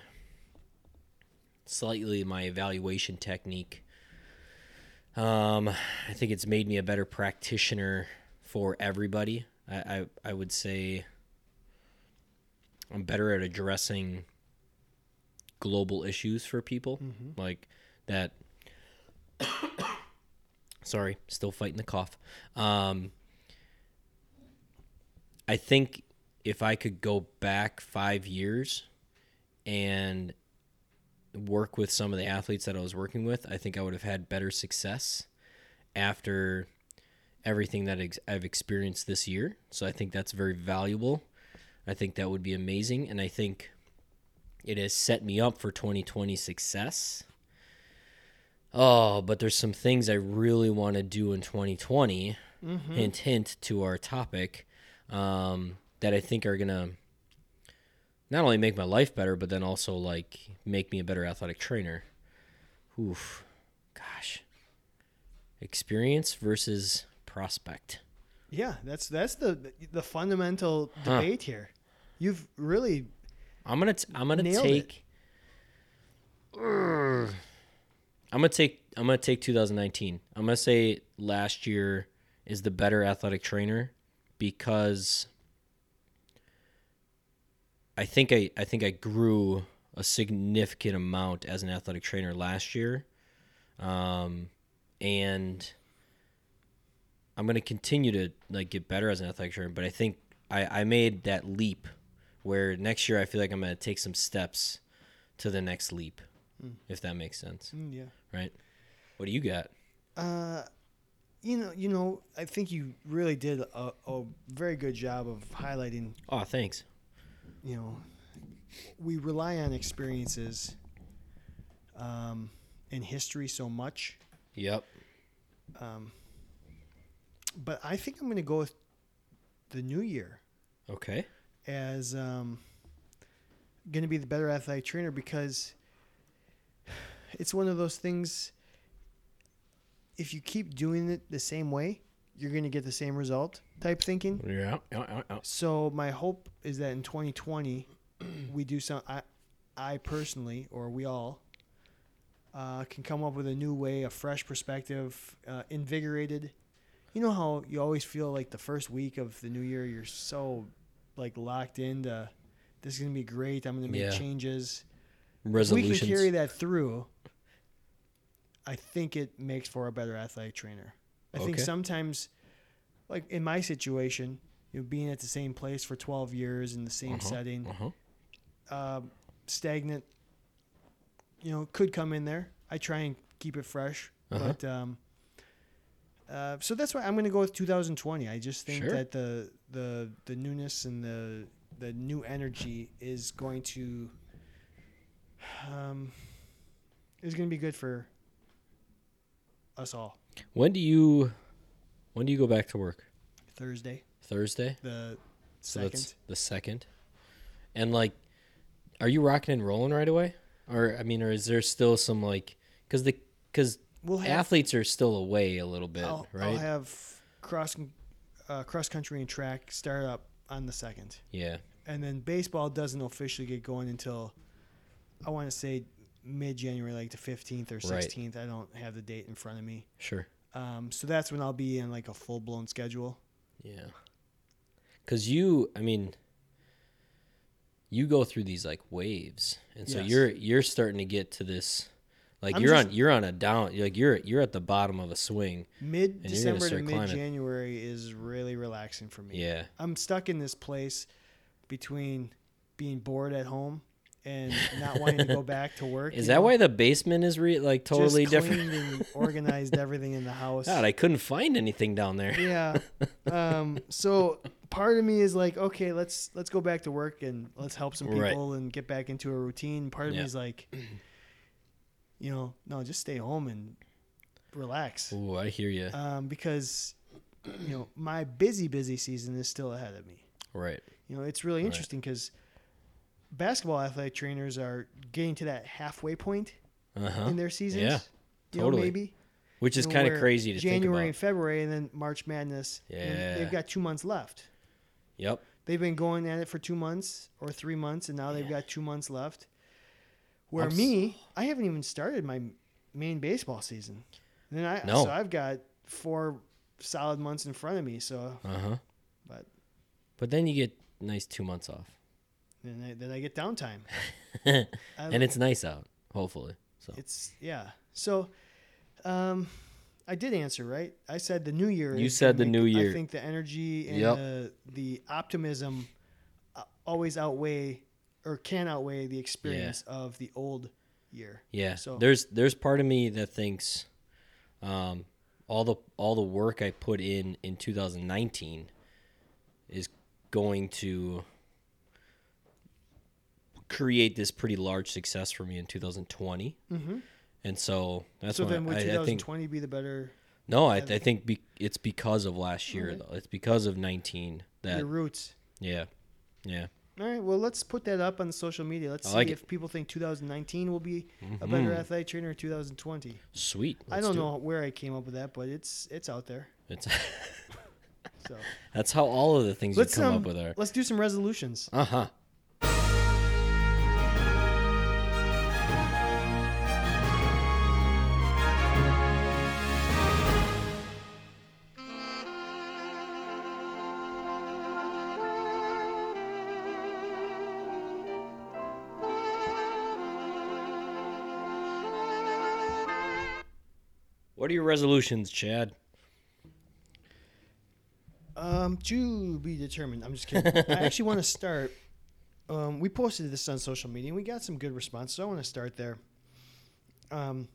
B: slightly my evaluation technique. Um, I think it's made me a better practitioner for everybody. I I, I would say I'm better at addressing global issues for people like that sorry still fighting the cough um i think if i could go back five years and work with some of the athletes that i was working with i think i would have had better success after everything that ex- i've experienced this year so i think that's very valuable i think that would be amazing and i think it has set me up for 2020 success Oh, but there's some things I really want to do in 2020. Hint, hint to our topic um, that I think are gonna not only make my life better, but then also like make me a better athletic trainer. Oof, gosh, experience versus prospect.
A: Yeah, that's that's the the fundamental debate here. You've really
B: I'm gonna t- I'm gonna
A: Nailed it.
B: take. Urgh. I'm gonna take I'm gonna take 2019. I'm gonna say last year is the better athletic trainer because I think I I think I grew a significant amount as an athletic trainer last year, um, and I'm gonna continue to like get better as an athletic trainer. But I think I I made that leap where next year I feel like I'm gonna take some steps to the next leap, if that makes sense,
A: mm, yeah.
B: right? What do you got?
A: Uh, you know, you know, I think you really did a, a very good job of highlighting.
B: Oh, thanks.
A: You know, we rely on experiences, um, in history so much.
B: Yep.
A: Um, but I think I'm going to go with the new year
B: Okay.
A: as um, going to be the better athletic trainer because it's one of those things. If you keep doing it the same way, you're going to get the same result type thinking.
B: Yeah.
A: So my hope is that in 2020, we do some. I, I personally, or we all, uh, can come up with a new way, a fresh perspective, uh, invigorated. You know how you always feel like the first week of the new year, you're so like locked into this is gonna be great. I'm gonna make
B: Yeah.
A: changes. If we
B: Resolutions.
A: can carry that through. I think it makes for a better athletic trainer. I think
B: Okay.
A: sometimes, like in my situation, you know, being at the same place for 12 years in the same setting,
B: Uh-huh.
A: um, stagnant, you know, could come in there. I try and keep it fresh,
B: Uh-huh.
A: but um, uh, so that's why I'm going to go with 2020. I just think
B: Sure.
A: that the the the newness and the the new energy is going to um, is going to be good for us all.
B: When do you when do you go back to work?
A: Thursday,
B: Thursday?
A: the
B: So
A: second.
B: that's the second. And like are you rocking and rolling right away? or I mean, or is there still some like because the because
A: We'll have-
B: athletes are still away a little bit,
A: I'll,
B: right?
A: I'll have cross uh, cross country and track start up on the second,
B: yeah,
A: and then baseball doesn't officially get going until I want to say mid January, like the fifteenth or
B: Right.
A: sixteenth. I don't have the date in front of me,
B: sure,
A: um, so that's when I'll be in like a full blown schedule.
B: yeah. Because you, I mean, you go through these like waves, and so
A: Yes.
B: you're you're starting to get to this. Like
A: I'm
B: you're
A: just-
B: on you're on a down like you're you're at the bottom of a swing.
A: Mid
B: And you're gonna
A: December to
B: start climbing.
A: mid January is really relaxing for me.
B: Yeah.
A: I'm stuck in this place between being bored at home and not wanting
B: [laughs]
A: to go back to work.
B: Is
A: you
B: that
A: know?
B: why the basement is re- like totally
A: Just
B: different?
A: cleaned and organized everything
B: [laughs]
A: in the house.
B: God, I couldn't find anything down there.
A: yeah. Um, so part of me is like, okay, let's let's go back to work and let's help some
B: Right.
A: people and get back into a routine. Part of
B: Yeah.
A: me is like, you know, no, just stay home and relax.
B: Ooh, I hear you.
A: Um, because you know, my busy busy season is still ahead of me.
B: right.
A: You know, it's really interesting because basketball athletic trainers are getting to that halfway point
B: Uh huh.
A: in their seasons.
B: Yeah,
A: You know,
B: totally.
A: maybe
B: Which is
A: know,
B: kind of
A: where
B: crazy to
A: January
B: think
A: and February, and then March Madness. and
B: Yeah.
A: they've got two months left.
B: about. Yep.
A: They've been going at it for two months or three months, and now they've got two months left. Where
B: I'm s-
A: me, I haven't even started my main baseball season, and then I
B: No.
A: so I've got four solid months in front of me. So
B: Uh huh.
A: But-
B: but then you get nice two months off, [laughs]
A: then I, then I get downtime. I
B: and it's nice out. Hopefully. So
A: It's yeah. So, um, I did answer right. I said the new year.
B: You
A: is
B: said
A: gonna
B: the
A: make-
B: new year.
A: I think the energy and
B: Yep.
A: the, the optimism uh, always outweigh or can outweigh the experience of the old year.
B: yeah.
A: So-
B: There's there's part of me that thinks, um, all the all the work I put in in 2019 is going to create this pretty large success for me in 2020.
A: Mm-hmm.
B: And so that's
A: So
B: why
A: then, would
B: I, I think
A: 2020 be the better
B: no, I, I think be, it's because of last year
A: Okay.
B: though. It's because of 19 that
A: your roots?
B: yeah, yeah,
A: All right. Well, let's put that up on social media. Let's
B: I
A: see
B: like
A: if people think 2019 will be a better athletic trainer or 2020.
B: sweet.
A: I
B: Let's
A: don't
B: do
A: know where I came up with that, but it's it's out there.
B: it. It's, [laughs]
A: So
B: that's how all of the things you
A: let's
B: come
A: um,
B: up with are.
A: let's do some resolutions.
B: Uh huh. What are your resolutions, Chad?
A: Um, to be determined. I'm just kidding. I actually want to start. Um, we posted this on social media. and We got some good response, so I want to start there. Um,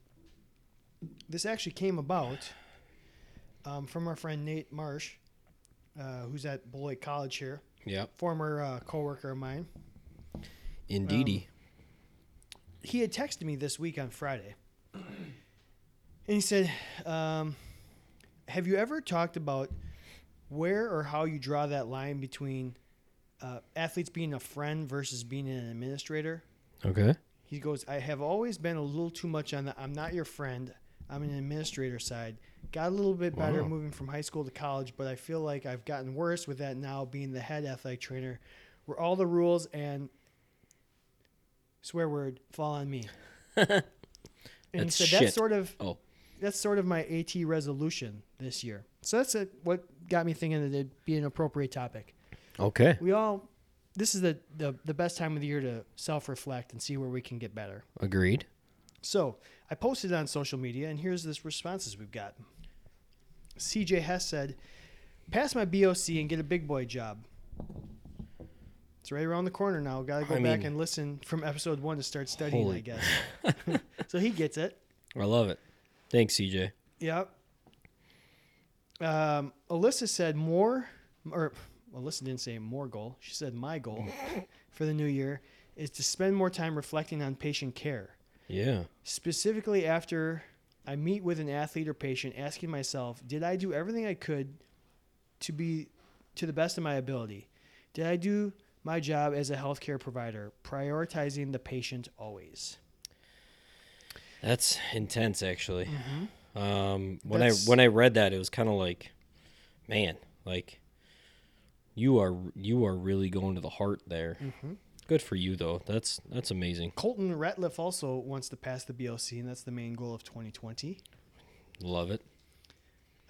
A: this actually came about um, from our friend Nate Marsh, uh, who's at Beloit College here,
B: Yep.
A: former uh, coworker of mine.
B: Indeedy.
A: he had texted me this week on Friday, and he said, um, "Have you ever talked about where or how you draw that line between uh, athletes being a friend versus being an administrator?"
B: okay.
A: He goes, "I have always been a little too much on the I'm not your friend. I'm an administrator side. Got a little bit better
B: Wow.
A: moving from high school to college, but I feel like I've gotten worse with that now being the head athletic trainer, where all the rules and swear word fall on
B: [laughs]
A: me." And
B: That's
A: he said
B: shit.
A: that's sort of
B: Oh.
A: that's sort of my AT resolution this year. So that's a, what got me thinking that it'd be an appropriate topic.
B: Okay.
A: We all, this is the the, the best time of the year to self reflect and see where we can get better.
B: Agreed.
A: So I posted it on social media, and here's this responses we've got. CJ Hess said, "Pass my BOC and get a big boy job." It's right around the corner now. Got to go
B: I
A: back
B: mean-
A: and listen from episode one to start studying,
B: Holy-
A: I
B: [laughs]
A: guess. [laughs] so he gets it.
B: I love it. Thanks, CJ.
A: Yep. Um, Alyssa said more, or Alyssa didn't say more goal. She said my goal
B: Mm.
A: for the new year is to spend more time reflecting on patient care,
B: Yeah.
A: specifically after I meet with an athlete or patient, asking myself, did I do everything I could to be to the best of my ability? Did I do my job as a healthcare provider, prioritizing the patient always?
B: That's intense, actually. Um, when
A: That's-
B: I when I read that, it was kind of like, man, like you are you are really going to the heart there. Good for you, though. That's that's amazing.
A: Colton Ratliff also wants to pass the BLC, and that's the main goal of 2020.
B: Love it.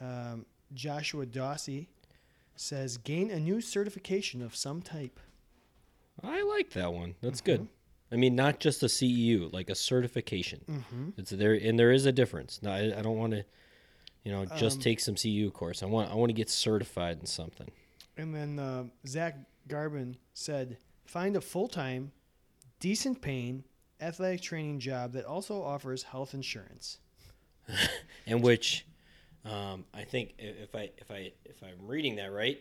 A: Um, Joshua Dossie says, gain a new certification of some type.
B: I like that one. That's good. I mean, not just a CEU, like a certification. It's there, and there is a difference. No, I, I don't want to, you know, just take some CEU course. I want I want to get certified in something.
A: And then uh, Zach Garbin said, find a full time, decent paying, athletic training job that also offers health insurance.
B: and which um, I think i- if I if I if I'm reading that right,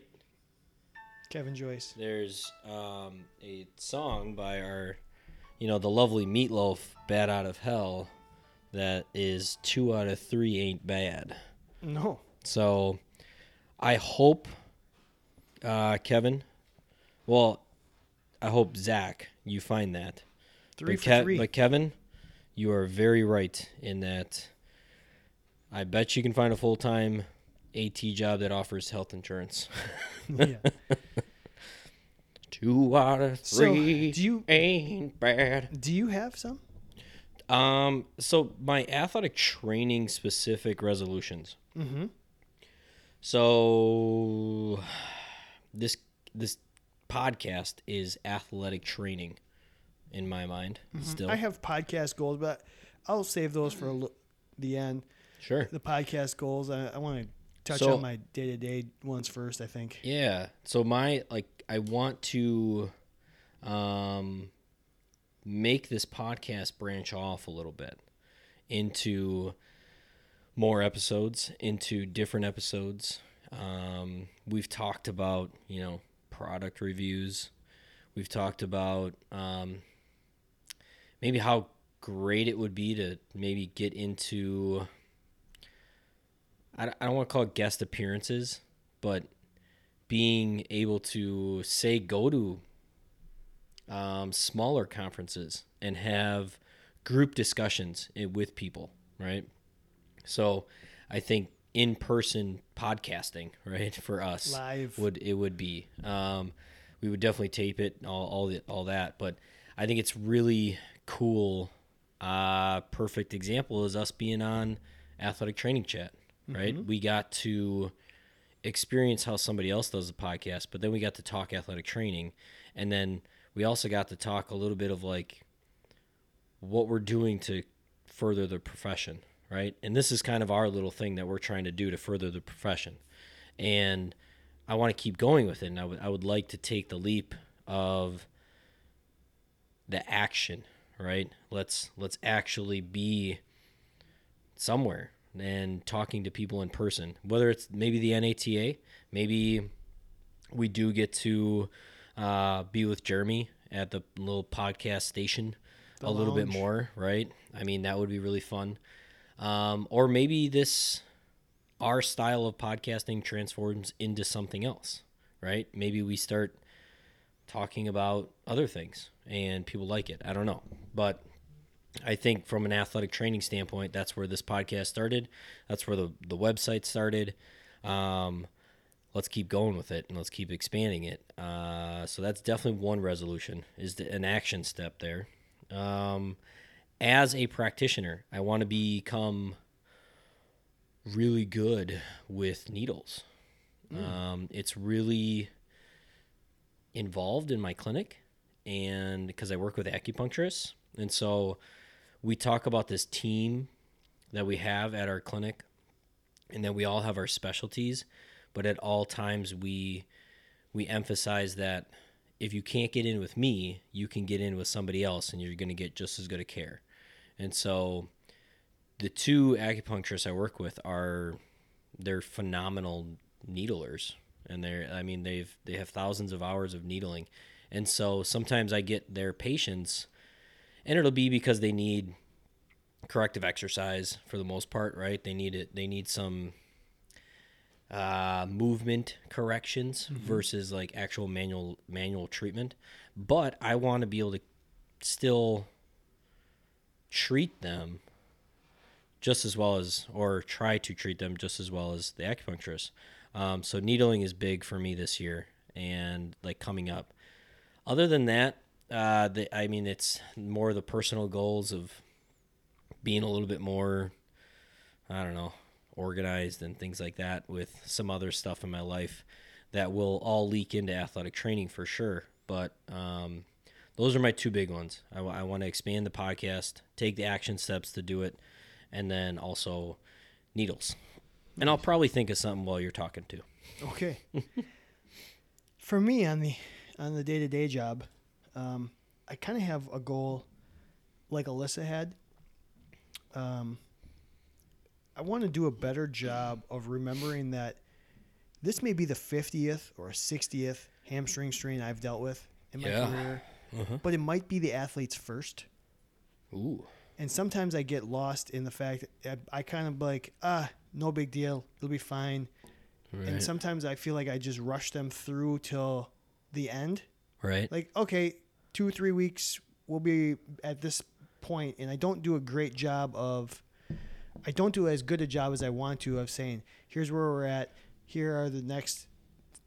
A: Kevin Joyce.
B: there's um, a song by our, you know, the lovely Meatloaf, "Bad Out of Hell," that is two out of three ain't bad.
A: No.
B: So, I hope, uh, Kevin. Well, I hope Zach, you find that.
A: Three
B: but,
A: for
B: Ke-
A: three.
B: [laughs] but Kevin, you are very right in that. I bet you can find a full time AT job that offers health insurance.
A: [laughs]
B: [laughs]
A: yeah.
B: Two out of
A: So,
B: three
A: do you-
B: ain't bad.
A: Do you have some?
B: Um, so my athletic training specific resolutions.
A: Mhm.
B: So [sighs] this this podcast is athletic training in my mind. Still,
A: Mm-hmm. I have podcast goals, but I'll save those for a l- the end.
B: sure.
A: The podcast goals, I, I want to touch
B: So-
A: on my day to day ones first, I think.
B: Yeah. So my like I want to um make this podcast branch off a little bit into more episodes, into different episodes. Um we've talked about, you know, product reviews. We've talked about um maybe how great it would be to maybe get into I I don't want to call it guest appearances, but being able to say go to um, smaller conferences and have group discussions i- with people, right? So I think in person podcasting, right, for us
A: Live.
B: would it would be. Um, we would definitely tape it, and all all, the, all that, but I think it's really cool. Uh, perfect example is us being on athletic training chat, right? We got to experience how somebody else does a podcast, but then we got to talk athletic training, and then we also got to talk a little bit of like what we're doing to further the profession, right? And this is kind of our little thing that we're trying to do to further the profession. And I want to keep going with it. And I would I would like to take the leap of the action, right? Let's let's actually be somewhere and talking to people in person. Whether it's maybe the NATA, maybe we do get to uh, be with Jeremy at the little podcast station a little bit
A: lounge.
B: more, right? I mean, that would be really fun. Um, or maybe this our style of podcasting transforms into something else, right? Maybe we start talking about other things and people like it. I don't know. But I think from an athletic training standpoint, that's where this podcast started. That's where the, the website started. Um, let's keep going with it and let's keep expanding it. Uh, so that's definitely one resolution is the, an action step there. Um, as a practitioner, I want to become really good with needles. Um, it's really involved in my clinic and because I work with acupuncturists. And so we talk about this team that we have at our clinic and then we all have our specialties, but at all times we we emphasize that if you can't get in with me, you can get in with somebody else and you're going to get just as good a care. And so the two acupuncturists I work with are they're phenomenal needlers and they're I mean they've they have thousands of hours of needling. And so sometimes I get their patients and it'll be because they need corrective exercise for the most part, right? They need it they need some uh, movement corrections versus like actual manual manual treatment. But I want to be able to still treat them just as well as, or try to treat them just as well as the acupuncturist. Um, so needling is big for me this year and like coming up. Other than that, uh, the, I mean, it's more the personal goals of being a little bit more, I don't know, organized and things like that with some other stuff in my life that will all leak into athletic training for sure. But um, those are my two big ones. I, want to expand the podcast, take the action steps to do it, and then also needles. And I'll probably think of something while you're talking too.
A: Okay. [laughs] For me on the on the day to day job, um, I kind of have a goal, like Alyssa had. Um, I want to do a better job of remembering that this may be the fiftieth or sixtieth hamstring strain I've dealt with in my
B: Yeah.
A: career,
B: Uh-huh.
A: but it might be the athlete's first.
B: Ooh.
A: And sometimes I get lost in the fact that I, I kind of like ah no big deal it'll be fine. And
B: Right.
A: sometimes I feel like I just rush them through till the end.
B: right.
A: Like, okay, two, three weeks, we'll be at this point, and I don't do a great job of, I don't do as good a job as I want to of saying, here's where we're at, here are the next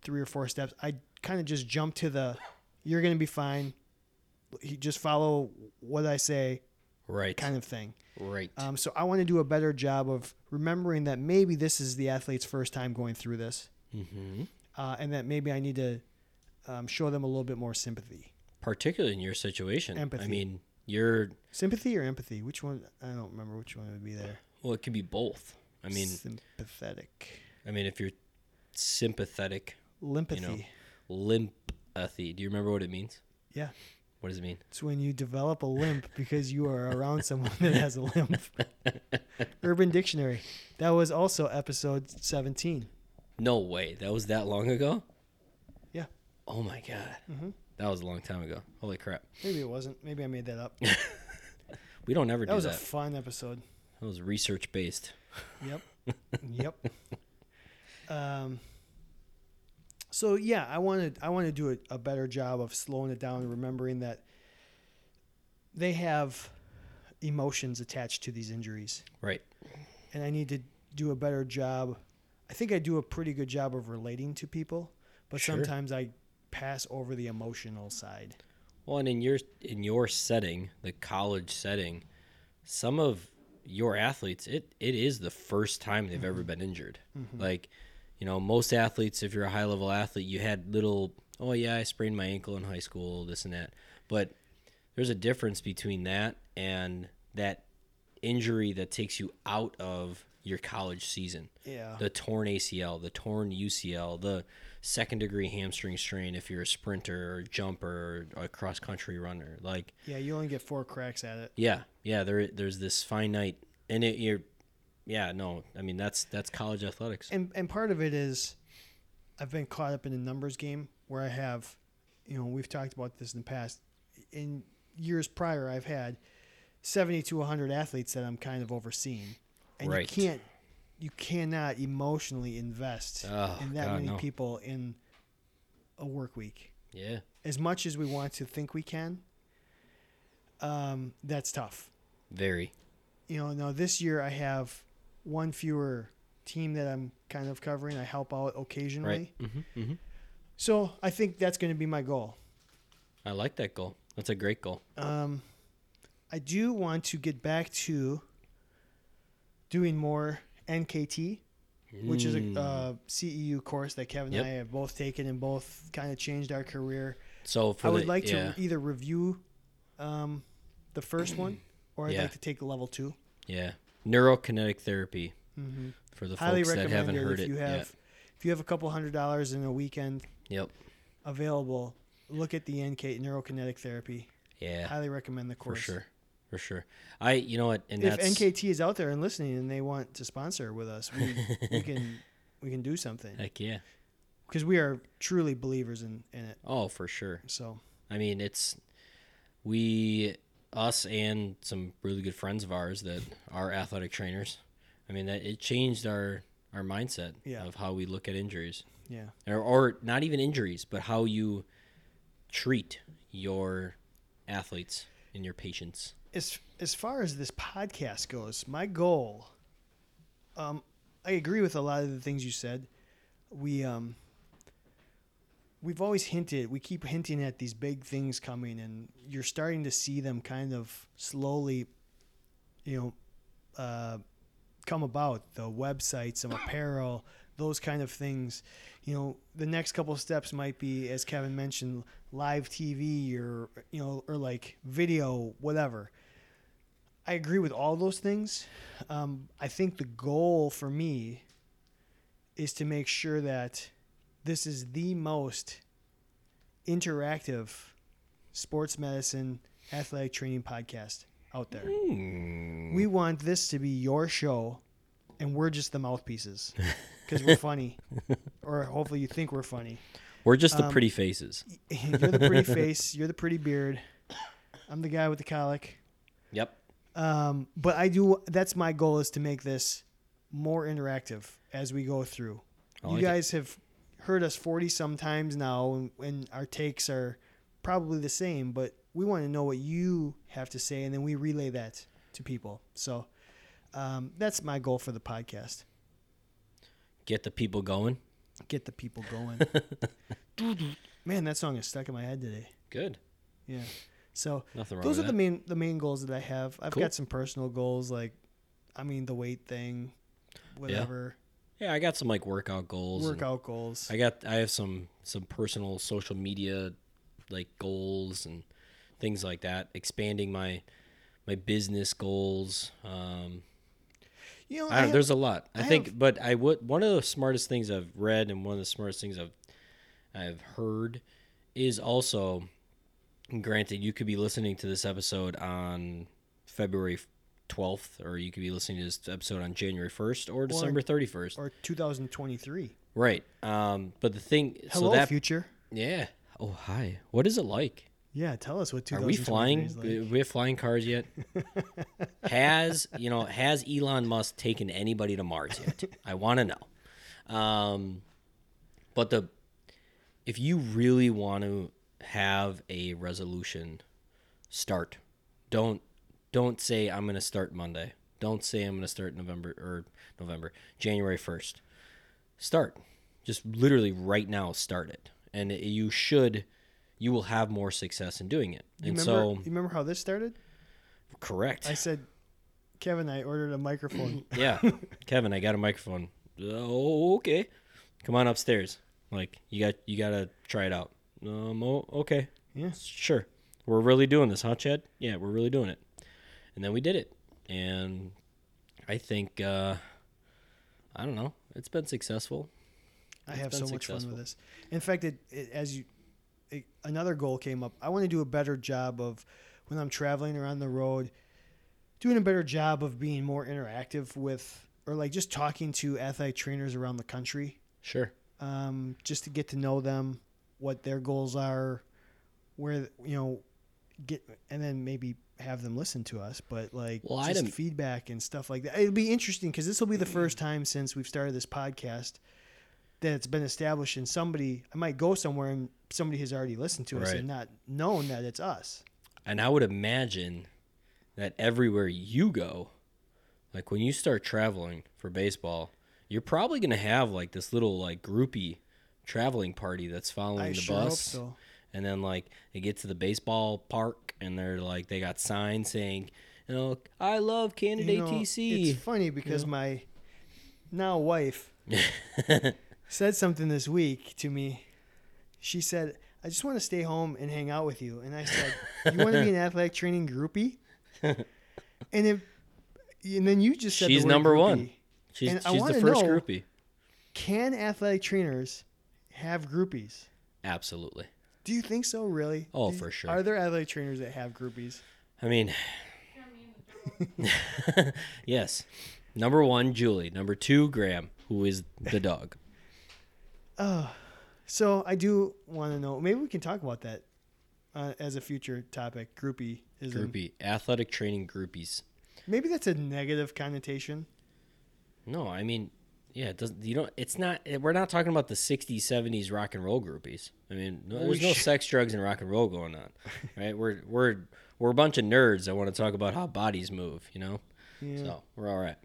A: three or four steps. I kind of just jump to the, you're going to be fine, you just follow what I say
B: right.
A: kind of thing.
B: right.
A: Um, so I want to do a better job of remembering that maybe this is the athlete's first time going through this,
B: mm-hmm.
A: uh, and that maybe I need to um, show them a little bit more sympathy.
B: Particularly in your situation.
A: Empathy.
B: I mean, you're,
A: Sympathy or empathy? Which one? I don't remember which one would be there.
B: well, it could be both. I mean,
A: sympathetic,
B: I mean, if you're sympathetic,
A: limpathy.
B: you know, limpathy, do you remember what it means?
A: Yeah,
B: What does it mean?
A: it's when you develop a limp because you are around someone that has a
B: [laughs]
A: limp. Urban Dictionary. That was also episode seventeen.
B: No way. That was that long ago?
A: Yeah,
B: Oh my God.
A: Mm-hmm.
B: That was a long time ago. Holy crap.
A: maybe it wasn't. Maybe I made that up.
B: We don't ever
A: That
B: do
A: was a
B: that.
A: fun episode.
B: that was research based.
A: Yep. yep. Um, so yeah, I want to I want to do a, a better job of slowing it down and remembering that they have emotions attached to these injuries,
B: Right.
A: and I need to do a better job. I think I do a pretty good job of relating to people, but
B: Sure.
A: sometimes I pass over the emotional side.
B: Well, and in your in your setting, the college setting, some of your athletes, it it is the first time they've ever been injured. Like, you know, most athletes, if you're a high level athlete, you had little. Oh yeah, I sprained my ankle in high school, this and that. But there's a difference between that and that injury that takes you out of your college season.
A: Yeah.
B: the torn ACL, the torn UCL, the second degree hamstring strain if you're a sprinter or jumper or a cross country runner. Like,
A: yeah, you only get four cracks at it.
B: yeah, yeah, there there's this finite and it you're yeah, no. I mean, that's that's college athletics.
A: and and part of it is I've been caught up in a numbers game where I have, you know, we've talked about this in the past. In years prior, I've had seventy to hundred athletes that I'm kind of overseeing, and
B: Right.
A: you can't, you cannot emotionally invest
B: Oh,
A: in that
B: God,
A: many
B: no.
A: people in a work week.
B: Yeah.
A: As much as we want to think we can, um, that's tough
B: Very.
A: you know, now this year I have one fewer team that I'm kind of covering. I help out occasionally.
B: Right. hmm hmm
A: So I think that's going to be my goal.
B: I like that goal. That's a great goal.
A: Um, I do want to get back to doing more NKT, which is
B: Mm.
A: a uh, CEU course that Kevin
B: Yep.
A: and I have both taken and both kind of changed our career.
B: so for
A: I would
B: the-
A: like
B: yeah,
A: to either review um, the first one or I'd
B: Yeah.
A: like to take level 2
B: yeah neurokinetic therapy
A: Mm-hmm.
B: for the
A: Highly
B: folks that
A: recommend
B: haven't
A: it
B: heard
A: if
B: it
A: you have
B: yet.
A: if you have a couple hundred dollars in a weekend
B: Yep.
A: available. Look at the NK neurokinetic therapy.
B: Yeah.
A: Highly recommend the
B: For
A: course.
B: sure. For sure. I you know what and
A: If
B: that's
A: NKT is out there and listening and they want to sponsor with us, we,
B: [laughs]
A: we can we can do something
B: heck yeah.
A: because we are truly believers in, in it.
B: Oh, for sure.
A: So
B: I mean, it's we, us, and some really good friends of ours that are athletic trainers. I mean, that it changed our our mindset
A: Yeah.
B: of how we look at injuries,
A: yeah,
B: or, or not even injuries, but how you treat your athletes and your patients.
A: as as far as this podcast goes, my goal, um, I agree with a lot of the things you said. We um, we've always hinted, we keep hinting at these big things coming, and you're starting to see them kind of slowly, you know, uh, come about. The websites, some apparel, those kind of things. You know, the next couple of steps might be, as Kevin mentioned, live TV or you know, or like video, whatever. I agree with all those things. Um, I think the goal for me is to make sure that this is the most interactive sports medicine athletic training podcast out there.
B: Mm.
A: We want this to be your show, and we're just the mouthpieces because we're funny, or hopefully you think we're funny. [laughs]
B: We're just
A: Um,
B: the pretty faces.
A: you're the pretty face, you're the pretty beard. I'm the guy with the colic.
B: Yep.
A: Um, but I do. That's my goal is to make this more interactive as we go through.
B: I
A: you
B: like it.
A: guys have heard us forty some times now, and, and our takes are probably the same. But we want to know what you have to say, and then we relay that to people. So um, that's my goal for the podcast:
B: Get the people going.
A: get the people going.
B: [laughs]
A: Man, that song is stuck in my head today.
B: Good.
A: Yeah. So
B: Nothing wrong
A: those are
B: with
A: the
B: that.
A: main the main goals that I have. I've
B: Cool.
A: got some personal goals like, I mean the weight thing, whatever
B: yeah, I got some like workout goals. and-
A: workout goals.
B: I got I have some some personal social media like goals and things like that. Expanding my my business goals. Um,
A: you know,
B: I don't,
A: have-
B: there's a lot. I,
A: I
B: think,
A: have-
B: but I would one of the smartest things I've read and one of the smartest things I've I've heard is also. Granted, you could be listening to this episode on February twelfth, or you could be listening to this episode on January first or December thirty first.
A: or 2023.
B: Right. Um, but the thing,
A: Hello,
B: so that
A: future.
B: yeah. Oh, hi. What is it like?
A: Yeah, tell us what
B: Are we
A: 2023
B: flying?
A: is like.
B: Do we have flying cars yet? has you know has Elon Musk taken anybody to Mars yet? I want to know. Um, but the if you really want to have a resolution, start. Don't don't say I'm going to start Monday. Don't say I'm going to start November or November January first. Start. Just literally right now, start it, and you should. You will have more success in doing it.
A: You
B: and
A: remember,
B: so,
A: you remember how this started?
B: correct.
A: I said, Kevin, I ordered a microphone.
B: yeah, Kevin, I got a microphone. Oh, okay. Come on upstairs. Like you got you gotta try it out. Um, oh, okay.
A: Yeah.
B: sure. We're really doing this, huh, Chad? Yeah, we're really doing it. And then we did it, and I think uh, I don't know. It's been successful.
A: I
B: It's
A: have so
B: been
A: much fun
B: successful.
A: with this. In fact, it, it as you, it, another goal came up. I want to do a better job of when I'm traveling or on the road, doing a better job of being more interactive with or like just talking to athletic trainers around the country,
B: Sure.
A: um, just to get to know them, what their goals are, where you know, get and then maybe have them listen to us, but like
B: Well, I'd
A: just
B: im-
A: feedback and stuff like that. It'll be interesting because this will be the first time since we've started this podcast that it's been established and somebody I might go somewhere and somebody has already listened to us
B: Right.
A: and not known that it's us.
B: And I would imagine that everywhere you go, like when you start traveling for baseball, you're probably gonna have like this little like groupie traveling party that's following
A: I
B: the
A: sure hope
B: bus.
A: so.
B: And then like they get to the baseball park and they're like they got signs saying, you know, I love Canada
A: You know,
B: ATC.
A: It's funny because my now wife said something this week to me. She said, I just want to stay home and hang out with you. And I said, You want to
B: [laughs]
A: be an athletic training groupie? And if and then you just said the
B: She's
A: word
B: number
A: groupie.
B: one. [laughs] She's,
A: And I
B: she's the
A: wanna
B: first
A: know-
B: groupie.
A: Can athletic trainers have groupies?
B: Absolutely.
A: Do you think so, really?
B: Oh,
A: Do you-
B: for sure.
A: Are there athletic trainers that have groupies?
B: I mean, [laughs] yes. Number one, Julie. Number two, Graham, who is the
A: [laughs]
B: dog.
A: So I do want to know. Maybe we can talk about that uh, as a future topic. Groupie is
B: Groupie. Athletic training groupies.
A: maybe that's a negative connotation.
B: No, I mean, Yeah, it doesn't you don't it's not we're not talking about the 60s 70s rock and roll groupies. I mean, no, there's no
A: shit.
B: sex drugs and rock and roll going on. Right? We're we're we're a bunch of nerds that want to talk about how bodies move, you know?
A: Yeah.
B: So, we're all right.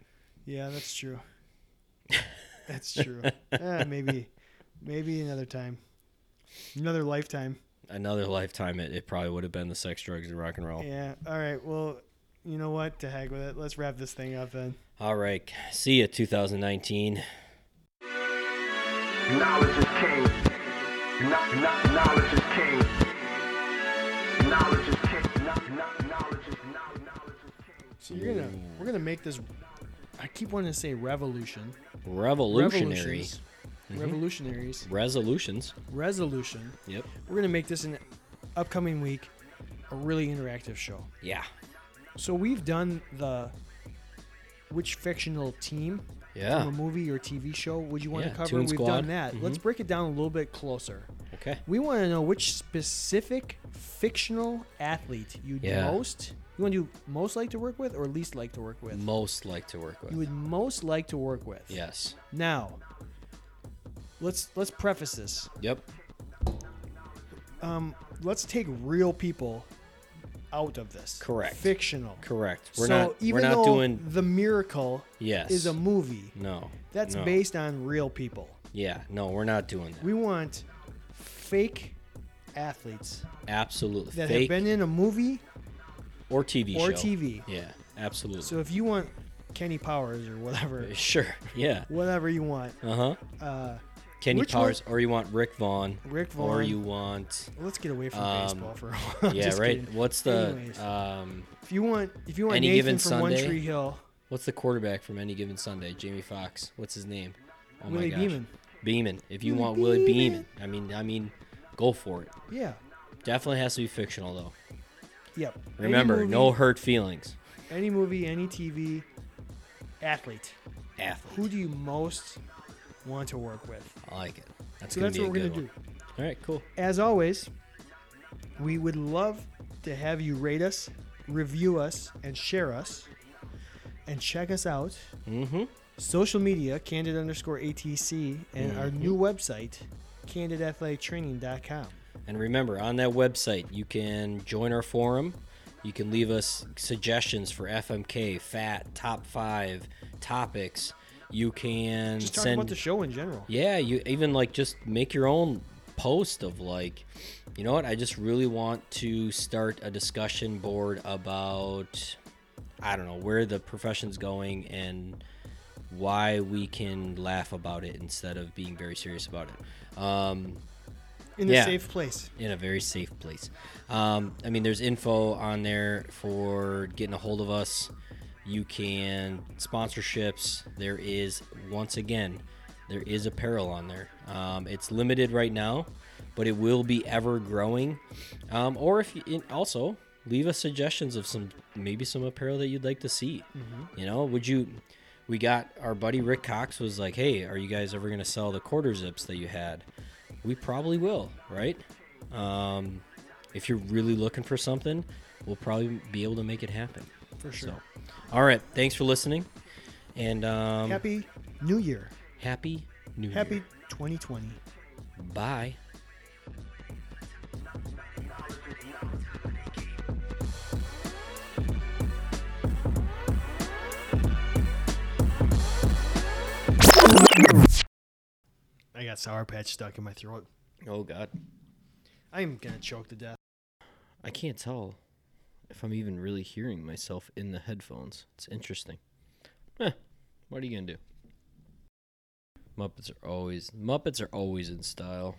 A: Yeah, that's true. That's true. Eh, maybe, maybe another time, another lifetime.
B: Another lifetime it, it probably would have been the sex drugs and rock and roll.
A: Yeah. All right. Well, you know what? To heck with it. Let's wrap this thing up then.
B: All right. See ya 2019.
C: Knowledge is king. Kno- kno- Knowledge is king. Knowledge is king. Kno- kno- Knowledge is kno- knowledge is king.
A: So you're gonna we're gonna make this. I keep wanting to say revolution.
B: Revolutionary
A: Revolutions. Revolutionaries.
B: resolutions.
A: Resolution.
B: Yep.
A: We're gonna make this an upcoming week a really interactive show.
B: Yeah.
A: So we've done the which fictional team
B: Yeah.
A: from a movie or TV show would you want
B: Yeah,
A: to cover?
B: Toon
A: We've
B: Squad. Mm-hmm.
A: done that. Let's break it down a little bit closer.
B: Okay.
A: We want to know which specific fictional athlete you would
B: Yeah.
A: most you want to most like to work with or least like to work with.
B: Most like to work with.
A: You would most like to work with.
B: yes.
A: Now, let's let's preface this.
B: Yep.
A: Um, let's take real people out of this.
B: Correct.
A: Fictional.
B: Correct. We're
A: so
B: not
A: even
B: we're not
A: though
B: doing
A: the miracle
B: Yes.
A: is a movie
B: no.
A: that's
B: no.
A: based on real people.
B: Yeah, no, we're not doing that.
A: We want fake athletes
B: Absolutely.
A: that
B: Fake
A: have been in a movie
B: or TV
A: or
B: show.
A: TV.
B: Yeah, absolutely.
A: So if you want Kenny Powers or
B: [laughs]
A: whatever,
B: sure. Yeah.
A: whatever you want,
B: Uh-huh.
A: uh,
B: Kenny
A: Which
B: Powers or you want Rick Vaughn.
A: Rick
B: Or
A: Vaughn.
B: you
A: [laughs]
B: want
A: let's get away from
B: Um,
A: baseball for a while. [laughs]
B: Yeah,
A: Just
B: right.
A: kidding.
B: What's the
A: Anyways,
B: um
A: if you want if you want
B: Any
A: Nathan
B: Given
A: from One
B: Sunday?
A: Tree Hill,
B: what's the quarterback from any given Sunday? Jamie Foxx. What's his name? Oh
A: Willie
B: my gosh.
A: Beeman.
B: Beeman. If you
A: Willie
B: want Willie
A: Beeman.
B: Beeman, I mean I mean go for it.
A: yeah,
B: Definitely has to be fictional though.
A: yep. Any
B: Remember,
A: movie-
B: no hurt feelings.
A: any movie, any TV athlete.
B: Athlete.
A: Who do you most want to work with?
B: I like it. That's
A: So
B: gonna
A: that's
B: be
A: what
B: a
A: we're gonna
B: good
A: do.
B: one. All right, cool.
A: As always, we would love to have you rate us, review us, and share us, and check us out.
B: Mm-hmm.
A: Social media, candid underscore ATC, and our new website, candidathletictraining.com.
B: And remember, on that website, you can join our forum. You can leave us suggestions for FMK, fat, top five topics. You can
A: Just talk
B: send.
A: about the show in general.
B: yeah, you even like just make your own post of like, you know what? I just really want to start a discussion board about, I don't know, where the profession's going and why we can laugh about it instead of being very serious about it. Um,
A: In a
B: Yeah.
A: safe place.
B: in a very safe place. Um, I mean, there's info on there for getting a hold of us. You can sponsorships. There is once again, there is apparel on there. Um, it's limited right now, but it will be ever growing. Um, or if you and also leave us suggestions of some maybe some apparel that you'd like to see. You know, would you? We got our buddy Rick Cox was like, "Hey, are you guys ever gonna sell the quarter zips that you had?" We probably will, right? Um, if you're really looking for something, we'll probably be able to make it happen.
A: For sure.
B: So, all right. Thanks for listening, and um, happy,
A: Happy New Year.
B: New
A: Happy
B: Year.
A: 2020.
B: Bye.
A: I got Sour Patch stuck in my throat.
B: Oh God,
A: I'm going to choke to death.
B: I can't tell if I'm even really hearing myself in the headphones. It's interesting. Huh. What are you gonna do? Muppets are always Muppets are always in style.